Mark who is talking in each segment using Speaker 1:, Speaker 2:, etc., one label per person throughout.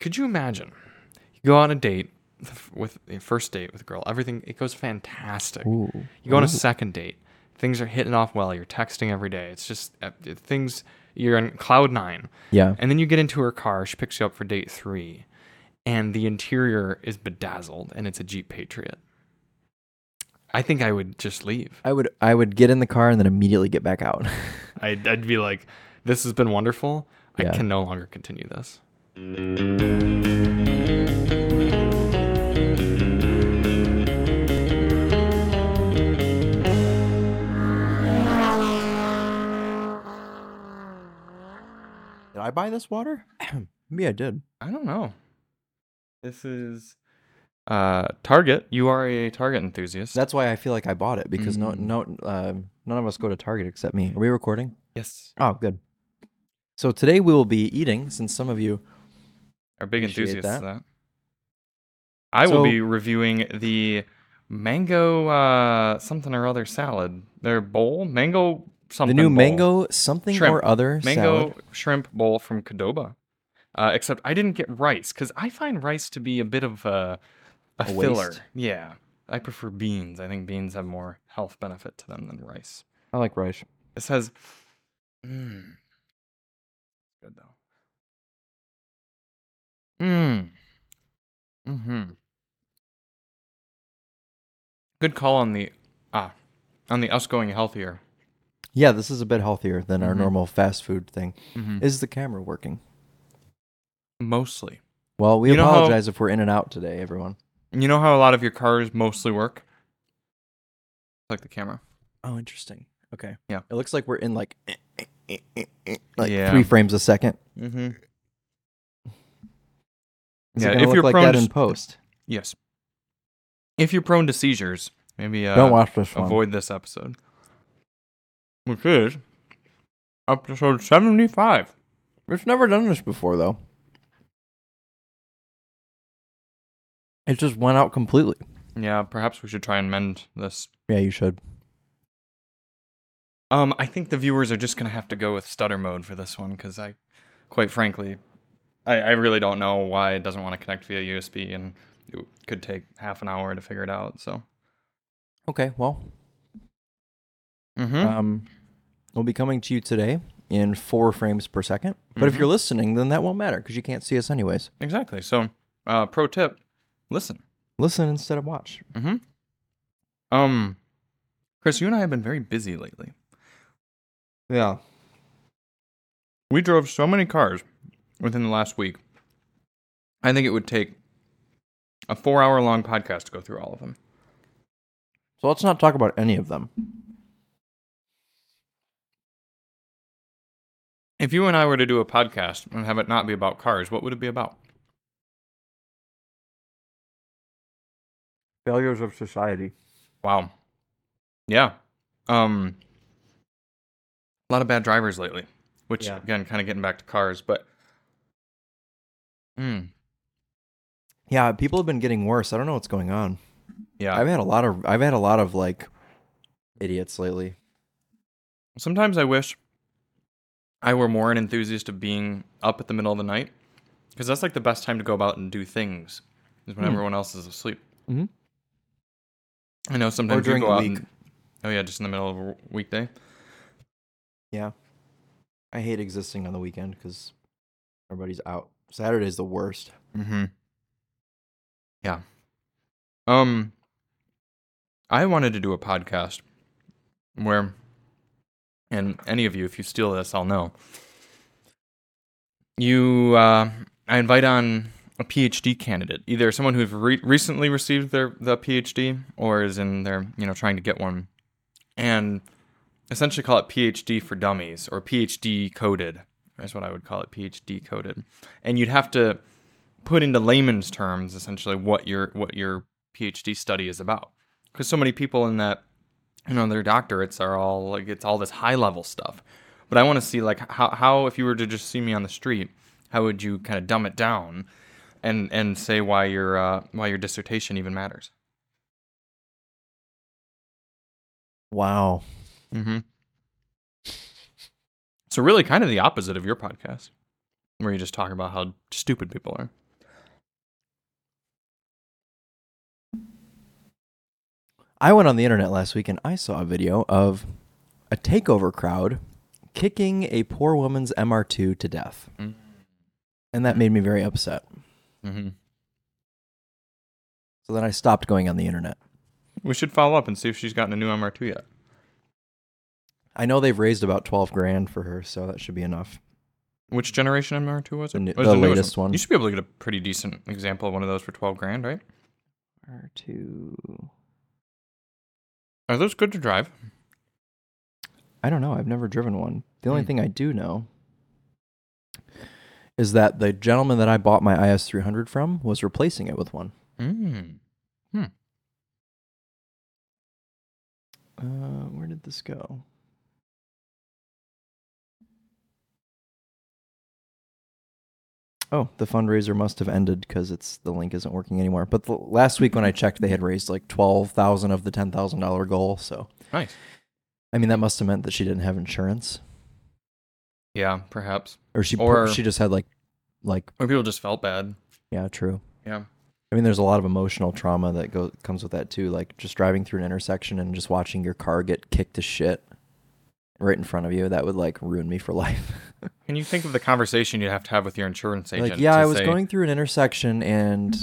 Speaker 1: Could you imagine? You go on a date with a first date with a girl. Everything it goes fantastic.
Speaker 2: Ooh.
Speaker 1: You go on a second date. Things are hitting off well. You're texting every day. It's just uh, things. You're in cloud nine.
Speaker 2: Yeah.
Speaker 1: And then you get into her car. She picks you up for date three, and the interior is bedazzled, and it's a Jeep Patriot. I think I would just leave.
Speaker 2: I would I would get in the car and then immediately get back out.
Speaker 1: I'd, I'd be like, "This has been wonderful.
Speaker 2: Yeah.
Speaker 1: I can no longer continue this."
Speaker 2: did I buy this water? Maybe I did.
Speaker 1: I don't know. This is uh Target. You are a Target enthusiast.
Speaker 2: That's why I feel like I bought it because no no uh, none of us go to Target except me. Are we recording?
Speaker 1: yes.
Speaker 2: Oh, good. So today we will be eating since some of you
Speaker 1: Are big
Speaker 2: Appreciate
Speaker 1: enthusiasts
Speaker 2: that.
Speaker 1: of that. I will
Speaker 2: So-
Speaker 1: be reviewing the mango uh something or other salad. Their bowl, mango
Speaker 2: the
Speaker 1: something
Speaker 2: new
Speaker 1: bowl.
Speaker 2: mango something
Speaker 1: Shrimp.
Speaker 2: or other
Speaker 1: mango
Speaker 2: salad.
Speaker 1: shrimp bowl from Cadoba. Uh, except I didn't get rice cuz I find rice to be a bit of a a,
Speaker 2: A
Speaker 1: filler.
Speaker 2: waste.
Speaker 1: Yeah. I prefer beans. I think beans have more health benefit to them than rice.
Speaker 2: I like rice.
Speaker 1: It says, mm. good though. Mm. Hmm. Good call on the ah, on the us going healthier.
Speaker 2: Yeah, this is a bit healthier than our
Speaker 1: Mhm.
Speaker 2: normal fast food thing.
Speaker 1: Mhm.
Speaker 2: Is the camera working?
Speaker 1: Mostly.
Speaker 2: Well, we
Speaker 1: You know how-
Speaker 2: apologize if we're in and out today, everyone.
Speaker 1: You know how a lot of your cars mostly work. Like the camera.
Speaker 2: Oh, interesting. Okay.
Speaker 1: Yeah.
Speaker 2: It looks like we're in like eh, like
Speaker 1: Yeah.
Speaker 2: three frames a second.
Speaker 1: Mm-hmm.
Speaker 2: Is
Speaker 1: Yeah,
Speaker 2: it gonna
Speaker 1: if
Speaker 2: look
Speaker 1: you're
Speaker 2: like
Speaker 1: prone
Speaker 2: that
Speaker 1: to
Speaker 2: in
Speaker 1: s-
Speaker 2: post?
Speaker 1: Yes. If you're prone to seizures, maybe uh,
Speaker 2: Don't watch this one.
Speaker 1: avoid this episode. Which is episode 75.
Speaker 2: We've never done this before though. It just went out completely.
Speaker 1: Yeah, perhaps we should try and mend this.
Speaker 2: Yeah, you should.
Speaker 1: Um, I think the viewers are just going to have to go with stutter mode for this one because I, quite frankly, I, I really don't know why it doesn't want to connect via USB and it could take half an hour to figure it out. So,
Speaker 2: Okay, well,
Speaker 1: mm-hmm.
Speaker 2: um, we'll be coming to you today in four frames per 2nd But if
Speaker 1: Mhm.
Speaker 2: you're listening, then that won't matter because you can't see us anyways.
Speaker 1: exactly. So, uh, pro tip listen.
Speaker 2: Listen instead of watch.
Speaker 1: Mm-hmm. Um, Chris, you and I have been very busy lately.
Speaker 2: Yeah.
Speaker 1: We drove so many cars within the last week. I think it would take a four hour long podcast to go through all of them.
Speaker 2: So let's not talk about any of them.
Speaker 1: If you and I were to do a podcast and have it not be about cars, what would it be about?
Speaker 2: Failures of society.
Speaker 1: Wow. Yeah. Um a lot of bad drivers lately, which
Speaker 2: Yeah.
Speaker 1: again kind of getting back to cars, but Mm,
Speaker 2: Yeah, people have been getting worse. I don't know what's going on.
Speaker 1: yeah.
Speaker 2: I've had a lot of I've had a lot of like idiots lately.
Speaker 1: Sometimes I wish I were more an enthusiast of being up at the middle of the night because that's like the best time to go about and do things is when
Speaker 2: Hmm.
Speaker 1: everyone else is asleep.
Speaker 2: Mhm.
Speaker 1: I know sometimes
Speaker 2: during
Speaker 1: you
Speaker 2: the
Speaker 1: go out
Speaker 2: week.
Speaker 1: and- oh yeah, just in the middle of a w- weekday.
Speaker 2: Yeah. I hate existing on the weekend because everybody's out. Saturday's the worst.
Speaker 1: Mm-hmm. Yeah. Um, I wanted to do a podcast where, and any of you, if you steal this, I'll know. You, uh, I invite on a PhD candidate, either someone who's re- recently received their the PhD or is in their, you know, trying to get one, and essentially call it PhD for dummies or PhD coded. That's what I would call it, PhD coded. And you'd have to put into layman's terms essentially what your what your PhD study is about. Because so many people in that, you know, their doctorates are all like it's all this high level stuff. But I want to see like how how if you were to just see me on the street, how would you kind of dumb it down, and and say why your uh, why your dissertation even matters.
Speaker 2: Wow.
Speaker 1: Mm-hmm. So really, kind of the opposite of your podcast, where you just talk about how stupid people are.
Speaker 2: I went on the internet last week and I saw a video of a takeover crowd kicking a poor woman's MR2 to death.
Speaker 1: Mm.
Speaker 2: And that made me very upset.
Speaker 1: Mm-hmm.
Speaker 2: So then I stopped going on the internet.
Speaker 1: We should follow up and see if she's gotten a new MR2 yet.
Speaker 2: I know they've raised about 12 grand for her, so that should be enough.
Speaker 1: Which generation MR2 was it?
Speaker 2: The new-
Speaker 1: What is
Speaker 2: the
Speaker 1: newest
Speaker 2: latest one.
Speaker 1: You should be able to get a pretty decent example of one of those for 12 grand, right?
Speaker 2: R2.
Speaker 1: Are those good to drive?
Speaker 2: I don't know. I've never driven one. The only
Speaker 1: Hmm.
Speaker 2: thing I do know is that the gentleman that I bought my IS300 from was replacing it with one.
Speaker 1: Mm.
Speaker 2: Uh, where did this go? Oh, the fundraiser must have ended because it's the link isn't working anymore. But the, last week when I checked, they had raised like twelve thousand of the ten thousand dollar goal. So
Speaker 1: Nice.
Speaker 2: I mean, that must have meant that she didn't have insurance,
Speaker 1: Yeah, perhaps.
Speaker 2: or she
Speaker 1: Or-
Speaker 2: she just had like like
Speaker 1: Or people just felt bad.
Speaker 2: yeah, true.
Speaker 1: Yeah.
Speaker 2: I mean, there's a lot of emotional trauma that goes comes with that too. Like just driving through an intersection and just watching your car get kicked to shit right in front of you. That would like ruin me for life.
Speaker 1: Can you think of the conversation you'd have to have with your insurance agent?
Speaker 2: like, yeah,
Speaker 1: to
Speaker 2: I was
Speaker 1: say,
Speaker 2: going through an intersection and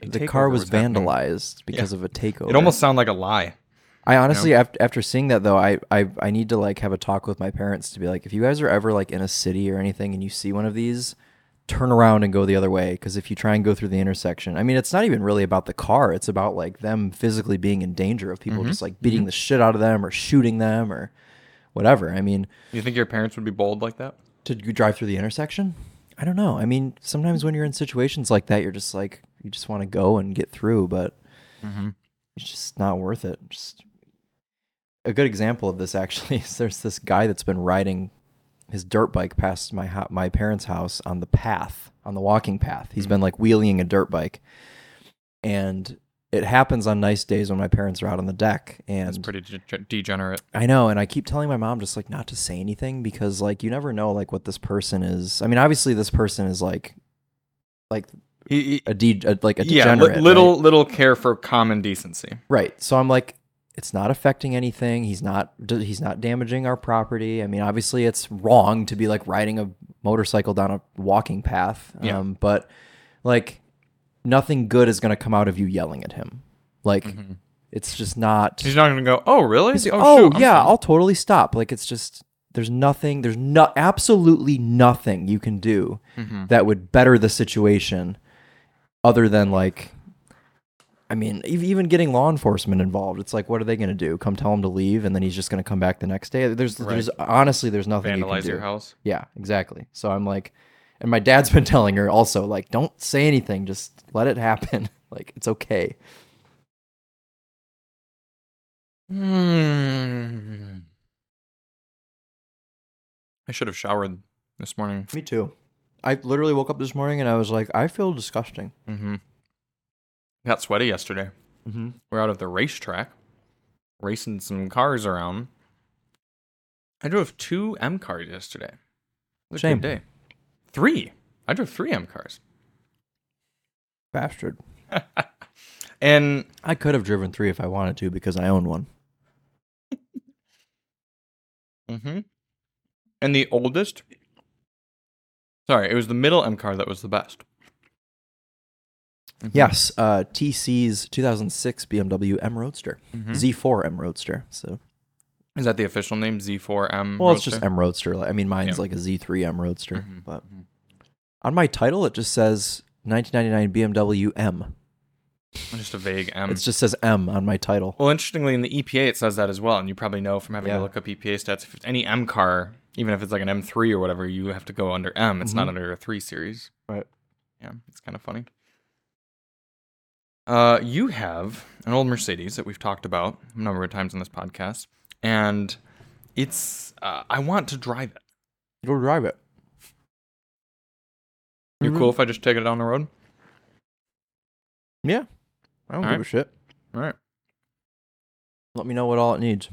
Speaker 1: "A
Speaker 2: the car
Speaker 1: takeover
Speaker 2: was,
Speaker 1: happening."
Speaker 2: vandalized because of a takeover.
Speaker 1: It almost sounded like a lie.
Speaker 2: I honestly, after, after seeing that though, I, I I need to like have a talk with my parents to be like, if you guys are ever like in a city or anything and you see one of these, turn around and go the other way. Because if you try and go through the intersection, I mean, it's not even really about the car. It's about like them physically being in danger of people just like beating the shit out of them or shooting them or whatever. I mean,
Speaker 1: You think your parents would be bold like that?
Speaker 2: to g- drive through the intersection? I don't know. I mean, sometimes when you're in situations like that, you're just like you just want to go and get through, but
Speaker 1: Mm-hmm.
Speaker 2: it's just not worth it. Just a good example of this actually is there's this guy that's been riding his dirt bike past my ho- my parents' house on the path, on the walking path.
Speaker 1: Mm-hmm.
Speaker 2: He's been like wheeling a dirt bike. And it happens on nice days when my parents are out on the deck and
Speaker 1: That's pretty de- degenerate.
Speaker 2: I know, and I keep telling my mom just like not to say anything because like you never know like what this person is. I mean, obviously this person is like like
Speaker 1: He, he-
Speaker 2: a de- a, like a
Speaker 1: yeah, li-
Speaker 2: degenerate,
Speaker 1: little little care for common decency.
Speaker 2: right? right? So I'm like, it's not affecting anything. He's not d- he's not damaging our property. I mean, obviously it's wrong to be like riding a motorcycle down a walking path,
Speaker 1: Yeah.
Speaker 2: um, but like nothing good is going to come out of you yelling at him. Like
Speaker 1: Mm-hmm.
Speaker 2: it's just not.
Speaker 1: He's not going to go, oh, really?
Speaker 2: He's like, oh,
Speaker 1: shoot, I'm
Speaker 2: yeah,
Speaker 1: sorry."
Speaker 2: I'll totally stop. Like it's just there's nothing, there's no absolutely nothing you can do
Speaker 1: Mm-hmm.
Speaker 2: that would better the situation, other than like, I mean, ev- even getting law enforcement involved. It's like, what are they going to do? Come tell him to leave, and then he's just going to come back the next day. There's, there's honestly, there's nothing you can
Speaker 1: vandalize
Speaker 2: do.
Speaker 1: your house.
Speaker 2: Yeah, exactly. So I'm like, and my dad's been telling her also, like, don't say anything, just let it happen. like it's okay.
Speaker 1: Hmm. I should have showered this morning.
Speaker 2: Me too. I literally woke up this morning and I was like, I feel disgusting.
Speaker 1: Mm-hmm. Got sweaty yesterday.
Speaker 2: Mm-hmm.
Speaker 1: We're out at the racetrack, racing some cars around. I drove two M cars yesterday. It was a
Speaker 2: Shame.
Speaker 1: good day. Three. I drove three M cars.
Speaker 2: Bastard.
Speaker 1: And
Speaker 2: I could have driven three if I wanted to because I own one.
Speaker 1: Mm-hmm. And the oldest. Sorry, it was the middle M car that was the best. Mm-hmm.
Speaker 2: Yes, uh, TC's 2006 BMW M Roadster,
Speaker 1: Mm-hmm.
Speaker 2: Z4 M Roadster. So,
Speaker 1: Is that the official name? Z4M.
Speaker 2: well, it's
Speaker 1: Roadster?
Speaker 2: just M Roadster. Like- I mean, mine's
Speaker 1: Yeah.
Speaker 2: like a Z3 M Roadster, but
Speaker 1: mhm.
Speaker 2: on my title it just says 1999 BMW M.
Speaker 1: just a vague M.
Speaker 2: It just says M on my title.
Speaker 1: well, interestingly, in the EPA it says that as well, and you probably know from having
Speaker 2: Yeah.
Speaker 1: to look up EPA stats. If it's any M car, even if it's like an M3 or whatever, you have to go under M. It's
Speaker 2: Mm-hmm.
Speaker 1: not under a three series.
Speaker 2: Right.
Speaker 1: Yeah, it's kind of funny. Uh, you have an old Mercedes that we've talked about a number of times on this podcast, and it's uh, I want to drive it.
Speaker 2: Go drive it.
Speaker 1: You
Speaker 2: Mhm.
Speaker 1: cool if I just take it down the road?
Speaker 2: Yeah, I don't give
Speaker 1: Alright.
Speaker 2: a shit.
Speaker 1: All right.
Speaker 2: Let me know what all it needs.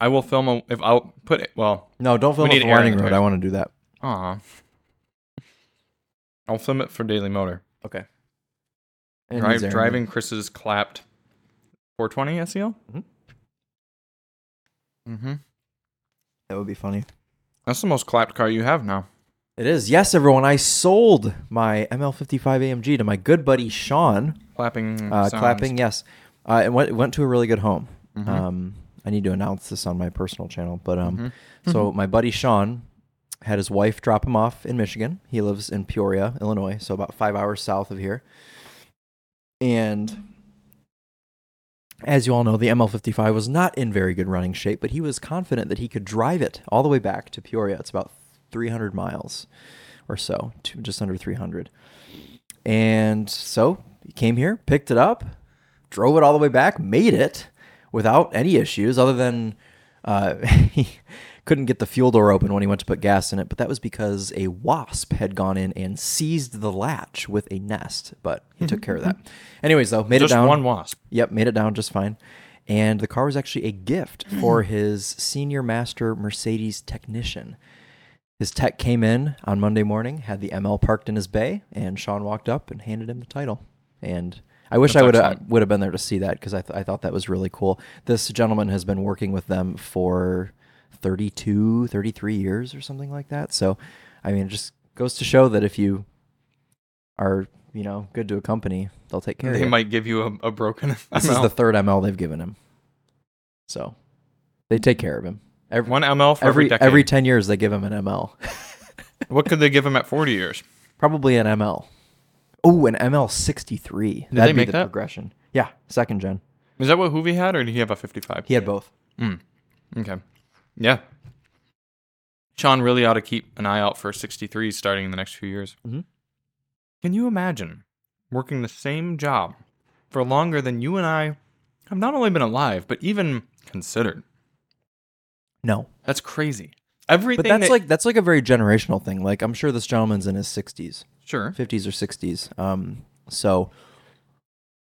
Speaker 1: I will film a if I'll put it. Well,
Speaker 2: No, don't film
Speaker 1: We
Speaker 2: up
Speaker 1: need
Speaker 2: the
Speaker 1: air in
Speaker 2: winding
Speaker 1: the
Speaker 2: road.
Speaker 1: tires.
Speaker 2: I want to do that.
Speaker 1: aw. I'll film it for Daily Motor.
Speaker 2: Okay.
Speaker 1: Drive, driving Chris's clapped 420 SEL.
Speaker 2: Mhm.
Speaker 1: Mm-hmm.
Speaker 2: That would be funny.
Speaker 1: That's the most clapped car you have now.
Speaker 2: It is. Yes, everyone. I sold my ML55 AMG to my good buddy Sean.
Speaker 1: Mm-hmm. Clapping.
Speaker 2: Uh,
Speaker 1: sounds-
Speaker 2: clapping, yes. Uh, it went it went to a really good home.
Speaker 1: Mhm.
Speaker 2: Um, I need to announce this on my personal channel, but um,
Speaker 1: Mhm.
Speaker 2: so my buddy Sean had his wife drop him off in Michigan. He lives in Peoria, Illinois, so about five hours south of here. And as you all know, the ML55 was not in very good running shape, but he was confident that he could drive it all the way back to Peoria. It's about 300 miles or so, to just under 300. And so he came here, picked it up, drove it all the way back, made it without any issues other than uh, he couldn't get the fuel door open when he went to put gas in it. But that was because a wasp had gone in and seized the latch with a nest. But he took care of that. Anyways, though, made
Speaker 1: Mm-hmm, Just
Speaker 2: it down.
Speaker 1: one wasp.
Speaker 2: Yep, made it down just fine. And the car was actually a gift
Speaker 1: Mm-hmm.
Speaker 2: for his senior master Mercedes technician. His tech came in on Monday morning, had the ML parked in his bay, and Sean walked up and handed him the title. And I wish
Speaker 1: That's
Speaker 2: I would have
Speaker 1: excellent.
Speaker 2: would have been there to see that because I, th- I thought that was really cool. This gentleman has been working with them for 32, 33 years or something like that. So, I mean, it just goes to show that if you are, you know, good to a company, they'll take care of
Speaker 1: They
Speaker 2: you.
Speaker 1: might give you a, a broken.
Speaker 2: This is
Speaker 1: ML.
Speaker 2: the third ML they've given him. So they take care of him. Every
Speaker 1: one ML for every,
Speaker 2: every,
Speaker 1: decade.
Speaker 2: every 10 years they give him an ML.
Speaker 1: what could they give him at 40 years?
Speaker 2: Probably an ML. Oh, an ML 63.
Speaker 1: they
Speaker 2: That'd be
Speaker 1: make
Speaker 2: the
Speaker 1: that?
Speaker 2: progression. Yeah, second gen.
Speaker 1: Is that what Hoovy had, or did he have a 55?
Speaker 2: He had both.
Speaker 1: Mm. Okay. Yeah. Sean really ought to keep an eye out for 63s starting in the next few years.
Speaker 2: Mhm.
Speaker 1: Can you imagine working the same job for longer than you and I have not only been alive, but even considered?
Speaker 2: No.
Speaker 1: That's crazy. Everything
Speaker 2: But that's
Speaker 1: that-
Speaker 2: like that's like a very generational thing. Like I'm sure this gentleman's in his 60s.
Speaker 1: sure.
Speaker 2: 50s or 60s. Um, so,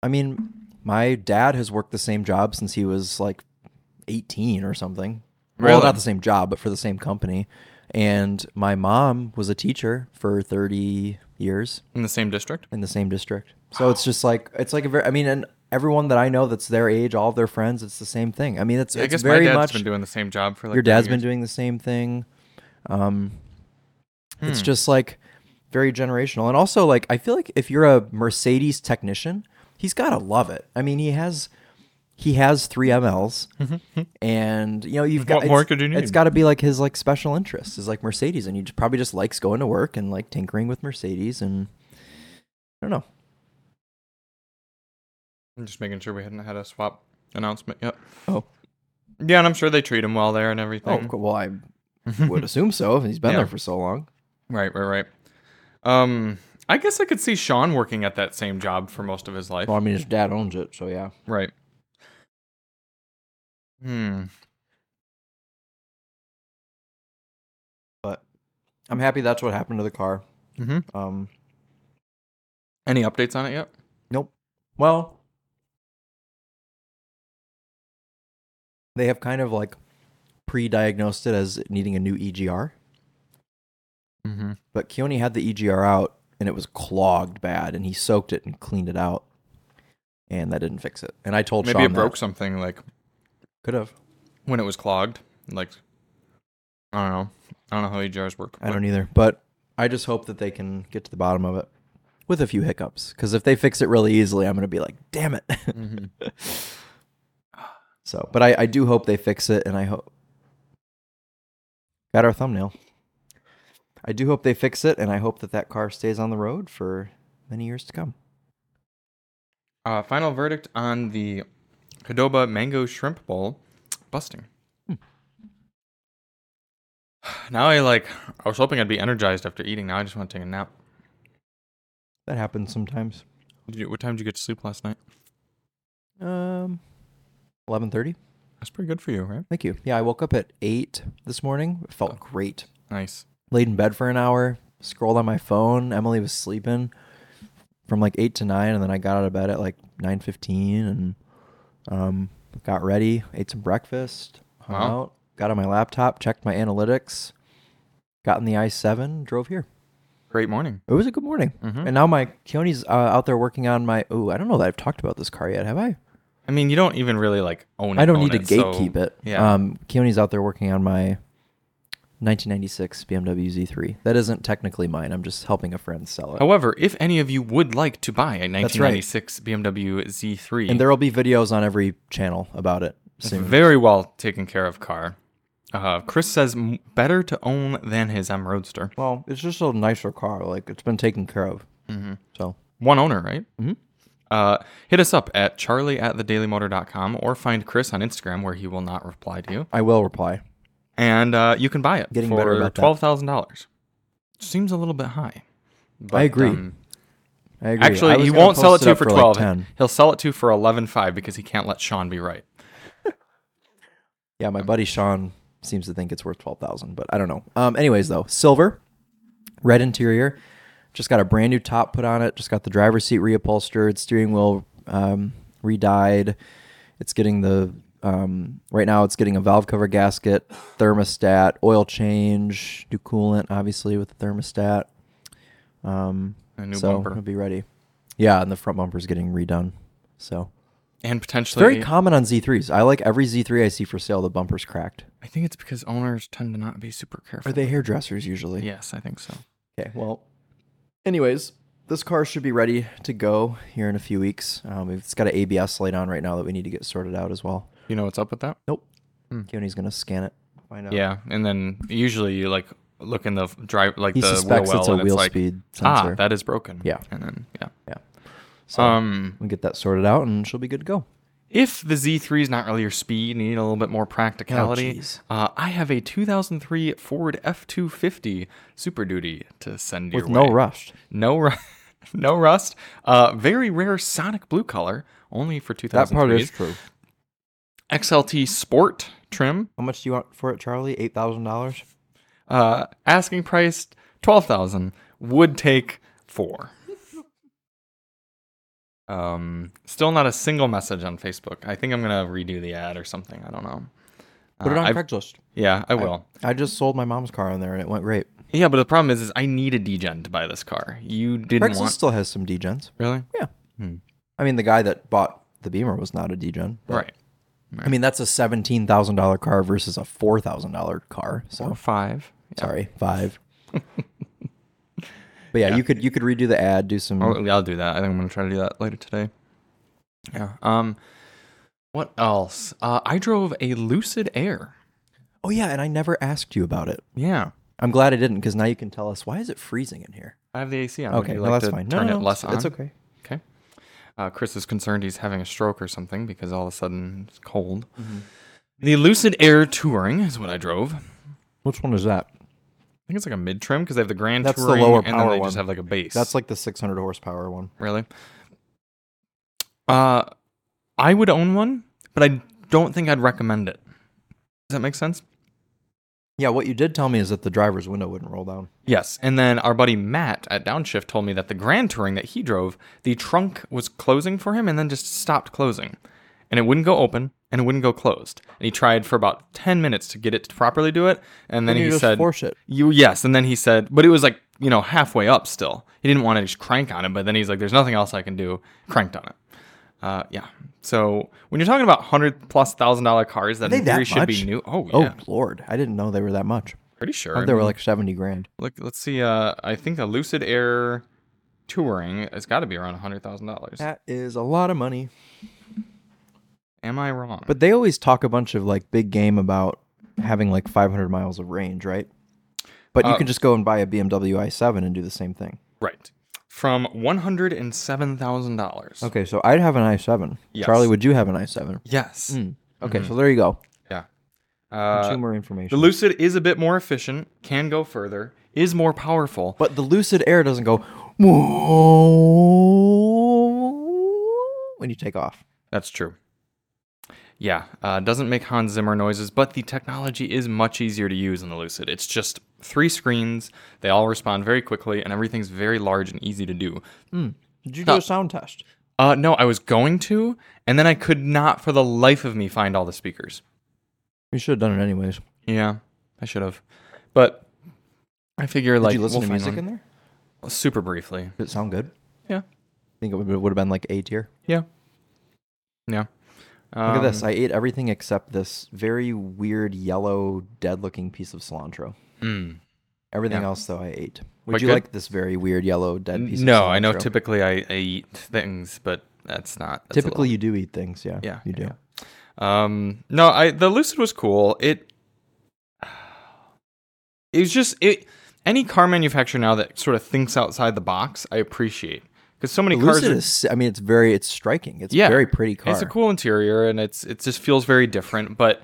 Speaker 2: I mean, my dad has worked the same job since he was like 18 or something. Well,
Speaker 1: Really?
Speaker 2: not the same job, but for the same company. And my mom was a teacher for 30 years
Speaker 1: In the same district?
Speaker 2: in the same district. So it's just like it's like a very. I mean, and everyone that I know that's their age, all of their friends, it's the same thing. I mean, it's
Speaker 1: I
Speaker 2: it's
Speaker 1: guess
Speaker 2: very
Speaker 1: my dad's
Speaker 2: much
Speaker 1: been doing the same job for like
Speaker 2: your
Speaker 1: 10
Speaker 2: dad's been
Speaker 1: years.
Speaker 2: doing the same thing. Um, It's
Speaker 1: Hmm.
Speaker 2: just like very generational, and also like I feel like if you're a Mercedes technician, he's gotta love it. I mean, he has he has three MLs, and you know you've got
Speaker 1: Mm-hmm. What more
Speaker 2: it's-
Speaker 1: could you need?
Speaker 2: It's got to be like his like special interest is like Mercedes, and he j- probably just likes going to work and like tinkering with Mercedes, and I don't know.
Speaker 1: I'm just making sure we hadn't had a swap announcement yet.
Speaker 2: Oh.
Speaker 1: Yeah, and I'm sure they treat him well there and everything. Mm-hmm.
Speaker 2: Oh, cool. well, I would assume so. If he's been
Speaker 1: Yeah.
Speaker 2: there for so long.
Speaker 1: Right, right, right. Um, I guess I could see Sean working at that same job for most of his life.
Speaker 2: Well, I mean, his dad owns it, so yeah.
Speaker 1: Right. Hmm.
Speaker 2: But I'm happy that's what happened to the car.
Speaker 1: hmm
Speaker 2: Um,
Speaker 1: Any updates on it yet?
Speaker 2: well, they have kind of like pre-diagnosed it as needing a new EGR,
Speaker 1: Mm-hmm.
Speaker 2: but Keone had the EGR out and it was clogged bad, and he soaked it and cleaned it out, and that didn't fix it. And I told
Speaker 1: Maybe
Speaker 2: Sean
Speaker 1: it broke something like
Speaker 2: Could have.
Speaker 1: when it was clogged. Like I don't know. I don't know how EGRs work.
Speaker 2: I don't e-, either. But I just hope that they can get to the bottom of it with a few hiccups. Because if they fix it really easily, I'm going to be like, damn it.
Speaker 1: Mhm.
Speaker 2: so, but I, I do hope they fix it. And I hope. Got our thumbnail. I do hope they fix it. And I hope that that car stays on the road for many years to come.
Speaker 1: Uh, final verdict on the Cadoba Mango Shrimp Bowl busting.
Speaker 2: Hmm.
Speaker 1: Now I like. I was hoping I'd be energized after eating. Now I just want to take a nap.
Speaker 2: That happens sometimes.
Speaker 1: Did you, what time did you get to sleep last night?
Speaker 2: Um, 11:30.
Speaker 1: That's pretty good for you, right?
Speaker 2: Thank you. Yeah, I woke up at 8 this morning. It felt great.
Speaker 1: Nice.
Speaker 2: laid in bed for an hour, scrolled on my phone. Emily was sleeping from like eight to nine, and then I got out of bed at like nine fifteen and um, got ready, ate some breakfast, hung
Speaker 1: Wow.
Speaker 2: out, got on my laptop, checked my analytics, got in the i seven, drove here.
Speaker 1: Great morning.
Speaker 2: It was a good morning,
Speaker 1: Mhm.
Speaker 2: and now my Keone's uh, out there working on my. Oh, I don't know that I've talked about this car yet, have I?
Speaker 1: I I mean, you don't even really like own it.
Speaker 2: I don't
Speaker 1: own
Speaker 2: need to
Speaker 1: it, so-
Speaker 2: gatekeep it.
Speaker 1: yeah.
Speaker 2: Um, Keone's out there working on my 1996 BMW Z3. That isn't technically mine. I'm just helping a friend sell it.
Speaker 1: However, if any of you would like to buy a
Speaker 2: right.
Speaker 1: 1996 BMW Z3,
Speaker 2: and there will be videos on every channel about it
Speaker 1: it's
Speaker 2: soon.
Speaker 1: very well taken care of car. Uh, Chris says "M- better to own than his M Roadster.
Speaker 2: Well, it's just a nicer car. Like it's been taken care of.
Speaker 1: Mm-hmm.
Speaker 2: So
Speaker 1: One owner, right? Mm-hmm. Uh, hit us up at charlie at thedailymotor.com or find Chris on Instagram where he will not reply to you.
Speaker 2: I will reply.
Speaker 1: And uh, you can buy it
Speaker 2: Getting better
Speaker 1: for
Speaker 2: about that.
Speaker 1: $12,000. Seems a little bit high. But, um,
Speaker 2: agree. I agree. I
Speaker 1: Actually,
Speaker 2: was
Speaker 1: he
Speaker 2: gonna
Speaker 1: won't sell it
Speaker 2: post
Speaker 1: to you
Speaker 2: up
Speaker 1: for
Speaker 2: like,
Speaker 1: twelve.
Speaker 2: 10.
Speaker 1: He'll sell it to you for eleven five because he can't let Sean be right.
Speaker 2: Yeah,
Speaker 1: Um,
Speaker 2: my buddy Sean seems to think it's worth twelve thousand, but I don't know. Um, anyways, though, silver, red interior, just got a brand new top put on it. Just got the driver's seat reupholstered, steering wheel um, re-dyed. It's getting the um, right now. It's getting a valve cover gasket, thermostat, oil change, new coolant, obviously with the thermostat. Um,
Speaker 1: A new
Speaker 2: so
Speaker 1: bumper.
Speaker 2: it'll be ready. Yeah, and the front bumper's getting redone. So
Speaker 1: And potentially,
Speaker 2: very common on Z3s. I like every Z3 I see for sale. The bumper's cracked.
Speaker 1: I think it's because owners tend to not be super careful.
Speaker 2: Are they hairdressers usually?
Speaker 1: Yes, I think so.
Speaker 2: Okay, well, anyways, this car should be ready to go here in a few weeks. Um, it's got an ABS light on right now that we need to get sorted out as well.
Speaker 1: You know what's up with that?
Speaker 2: Nope.
Speaker 1: Hmm.
Speaker 2: Keone's going to scan it. Find out.
Speaker 1: Yeah, and then usually you like look in the f- drive like
Speaker 2: He
Speaker 1: the
Speaker 2: suspects
Speaker 1: wheel well,
Speaker 2: it's a
Speaker 1: and
Speaker 2: wheel
Speaker 1: it's like,
Speaker 2: speed sensor.
Speaker 1: ah, that is broken.
Speaker 2: Yeah.
Speaker 1: and then yeah.
Speaker 2: yeah. So
Speaker 1: Um,
Speaker 2: we get that sorted out and she'll be good to go.
Speaker 1: if the Z3 is not really your speed, and you need a little bit more practicality.
Speaker 2: Oh, jeez.
Speaker 1: uh, I have a 2003 Ford F250 Super Duty to send your
Speaker 2: With
Speaker 1: way.
Speaker 2: no rush.
Speaker 1: No, ru- no rust. Uh, very rare Sonic blue color, only for
Speaker 2: That part
Speaker 1: 2003.
Speaker 2: is true.
Speaker 1: XLT Sport trim.
Speaker 2: How much do you want for it, Charlie? $8,000?
Speaker 1: Uh, asking price twelve thousand. Would take four. Um, still not a single message on Facebook. I think I'm gonna redo the ad or something. I don't know.
Speaker 2: Put it
Speaker 1: Uh,
Speaker 2: on
Speaker 1: I've-
Speaker 2: Craigslist.
Speaker 1: yeah, I will.
Speaker 2: I just sold my mom's car on there and it went great.
Speaker 1: yeah, but the problem is, is I need a degen to buy this car. You didn't
Speaker 2: Craigslist
Speaker 1: want
Speaker 2: still has some degens.
Speaker 1: really,
Speaker 2: Yeah.
Speaker 1: Hmm.
Speaker 2: I mean, the guy that bought the Beamer was not a degen. but-
Speaker 1: right?
Speaker 2: I mean, that's a seventeen thousand dollar car versus a four thousand dollar car. So
Speaker 1: Or five. Yeah.
Speaker 2: sorry, five. but yeah, you could you could redo the ad, do some.
Speaker 1: I'll, I'll do that. I think I'm gonna try to do that later today. Yeah. Um. What else? Uh, I drove a Lucid Air.
Speaker 2: Oh yeah, and I never asked you about it.
Speaker 1: Yeah.
Speaker 2: I'm glad I didn't because now you can tell us why is it freezing in here.
Speaker 1: I have the AC on. Would
Speaker 2: Okay,
Speaker 1: you
Speaker 2: no,
Speaker 1: like
Speaker 2: that's
Speaker 1: to
Speaker 2: fine. No,
Speaker 1: Turn
Speaker 2: no,
Speaker 1: it
Speaker 2: no,
Speaker 1: less on.
Speaker 2: it's, it's okay.
Speaker 1: Okay. Uh, Chris is concerned he's having a stroke or something because all of a sudden it's cold.
Speaker 2: Mm-hmm.
Speaker 1: The Lucid Air Touring is what I drove. I
Speaker 2: Which one is that?
Speaker 1: think it's like a mid trim because they have the Grand
Speaker 2: That's the
Speaker 1: Touring
Speaker 2: lower
Speaker 1: and then
Speaker 2: power
Speaker 1: they
Speaker 2: one.
Speaker 1: just have like a base.
Speaker 2: That's like the six hundred horsepower one.
Speaker 1: really. Uh, I would own one, but I don't think I'd recommend it. Does that make sense?
Speaker 2: Yeah, what you did tell me is that the driver's window wouldn't roll down.
Speaker 1: Yes, and then our buddy Matt at Downshift told me that the Grand Touring that he drove, the trunk was closing for him and then just stopped closing. And it wouldn't go open and it wouldn't go closed. And he tried for about 10 minutes to get it to properly do it. And then
Speaker 2: you
Speaker 1: he
Speaker 2: just
Speaker 1: said,
Speaker 2: force it.
Speaker 1: You, yes. And then he said, But it was like, you know, halfway up still. He didn't want to just crank on it, but then he's like, There's nothing else I can do. Cranked on it. Uh, yeah. So when you're talking about hundred plus thousand dollar cars that
Speaker 2: they
Speaker 1: in theory
Speaker 2: that
Speaker 1: should be
Speaker 2: much?
Speaker 1: new, oh
Speaker 2: Oh
Speaker 1: yeah,
Speaker 2: lord, I didn't know they were that much.
Speaker 1: pretty sure.
Speaker 2: They were like seventy grand.
Speaker 1: Look, let's see. Uh, I think a Lucid Air touring has got to be around hundred thousand dollars.
Speaker 2: That is a lot of money.
Speaker 1: Am I wrong?
Speaker 2: But they always talk a bunch of like big game about having like 500 miles of range, right? But you
Speaker 1: Uh,
Speaker 2: can just go and buy a BMW i7 and do the same thing.
Speaker 1: right, from one hundred and seven thousand dollars.
Speaker 2: Okay, so I'd have an i7.
Speaker 1: Yes.
Speaker 2: Charlie, would you have an i7?
Speaker 1: Yes.
Speaker 2: Hmm. Okay, so there you go.
Speaker 1: Yeah. Uh,
Speaker 2: Consumer
Speaker 1: the
Speaker 2: information.
Speaker 1: Lucid is a bit more efficient, can go further, is more powerful.
Speaker 2: but the Lucid Air doesn't go whoa when you take off.
Speaker 1: That's true. Yeah, uh, doesn't make Hans Zimmer noises, but the technology is much easier to use in the Lucid. It's just three screens. They all respond very quickly, and everything's very large and easy to do.
Speaker 2: Did you do a sound test?
Speaker 1: Uh, no, I was going to, and then I could not for the life of me find all the speakers.
Speaker 2: You should have done it anyways. Did
Speaker 1: Yeah, I should have. But I figure, like,
Speaker 2: you listen
Speaker 1: we'll
Speaker 2: to
Speaker 1: find
Speaker 2: music in
Speaker 1: one.
Speaker 2: there?
Speaker 1: super briefly.
Speaker 2: Did it sound good?
Speaker 1: Yeah.
Speaker 2: I think it would have been like A tier.
Speaker 1: Yeah. Yeah. Um,
Speaker 2: Look at this. I ate everything except this very weird yellow dead looking piece of cilantro.
Speaker 1: mm.
Speaker 2: Everything
Speaker 1: Yeah.
Speaker 2: else though I ate. Would
Speaker 1: Quite
Speaker 2: you
Speaker 1: good?
Speaker 2: like this very weird yellow dead piece of
Speaker 1: mm. No, I know
Speaker 2: cilantro?
Speaker 1: typically I, I eat things, but that's not. that's a
Speaker 2: Typically you do eat things, yeah.
Speaker 1: Yeah,
Speaker 2: You
Speaker 1: yeah,
Speaker 2: do.
Speaker 1: little- um, no, I the lucid was cool. It, it was just it. Any car manufacturer now that sort of thinks outside the box, I appreciate because so many
Speaker 2: The
Speaker 1: cars.
Speaker 2: Lucid
Speaker 1: are-
Speaker 2: is I mean it's very it's striking. It's
Speaker 1: Yeah.
Speaker 2: a very pretty car.
Speaker 1: It's a cool interior, and it's it just feels very different. But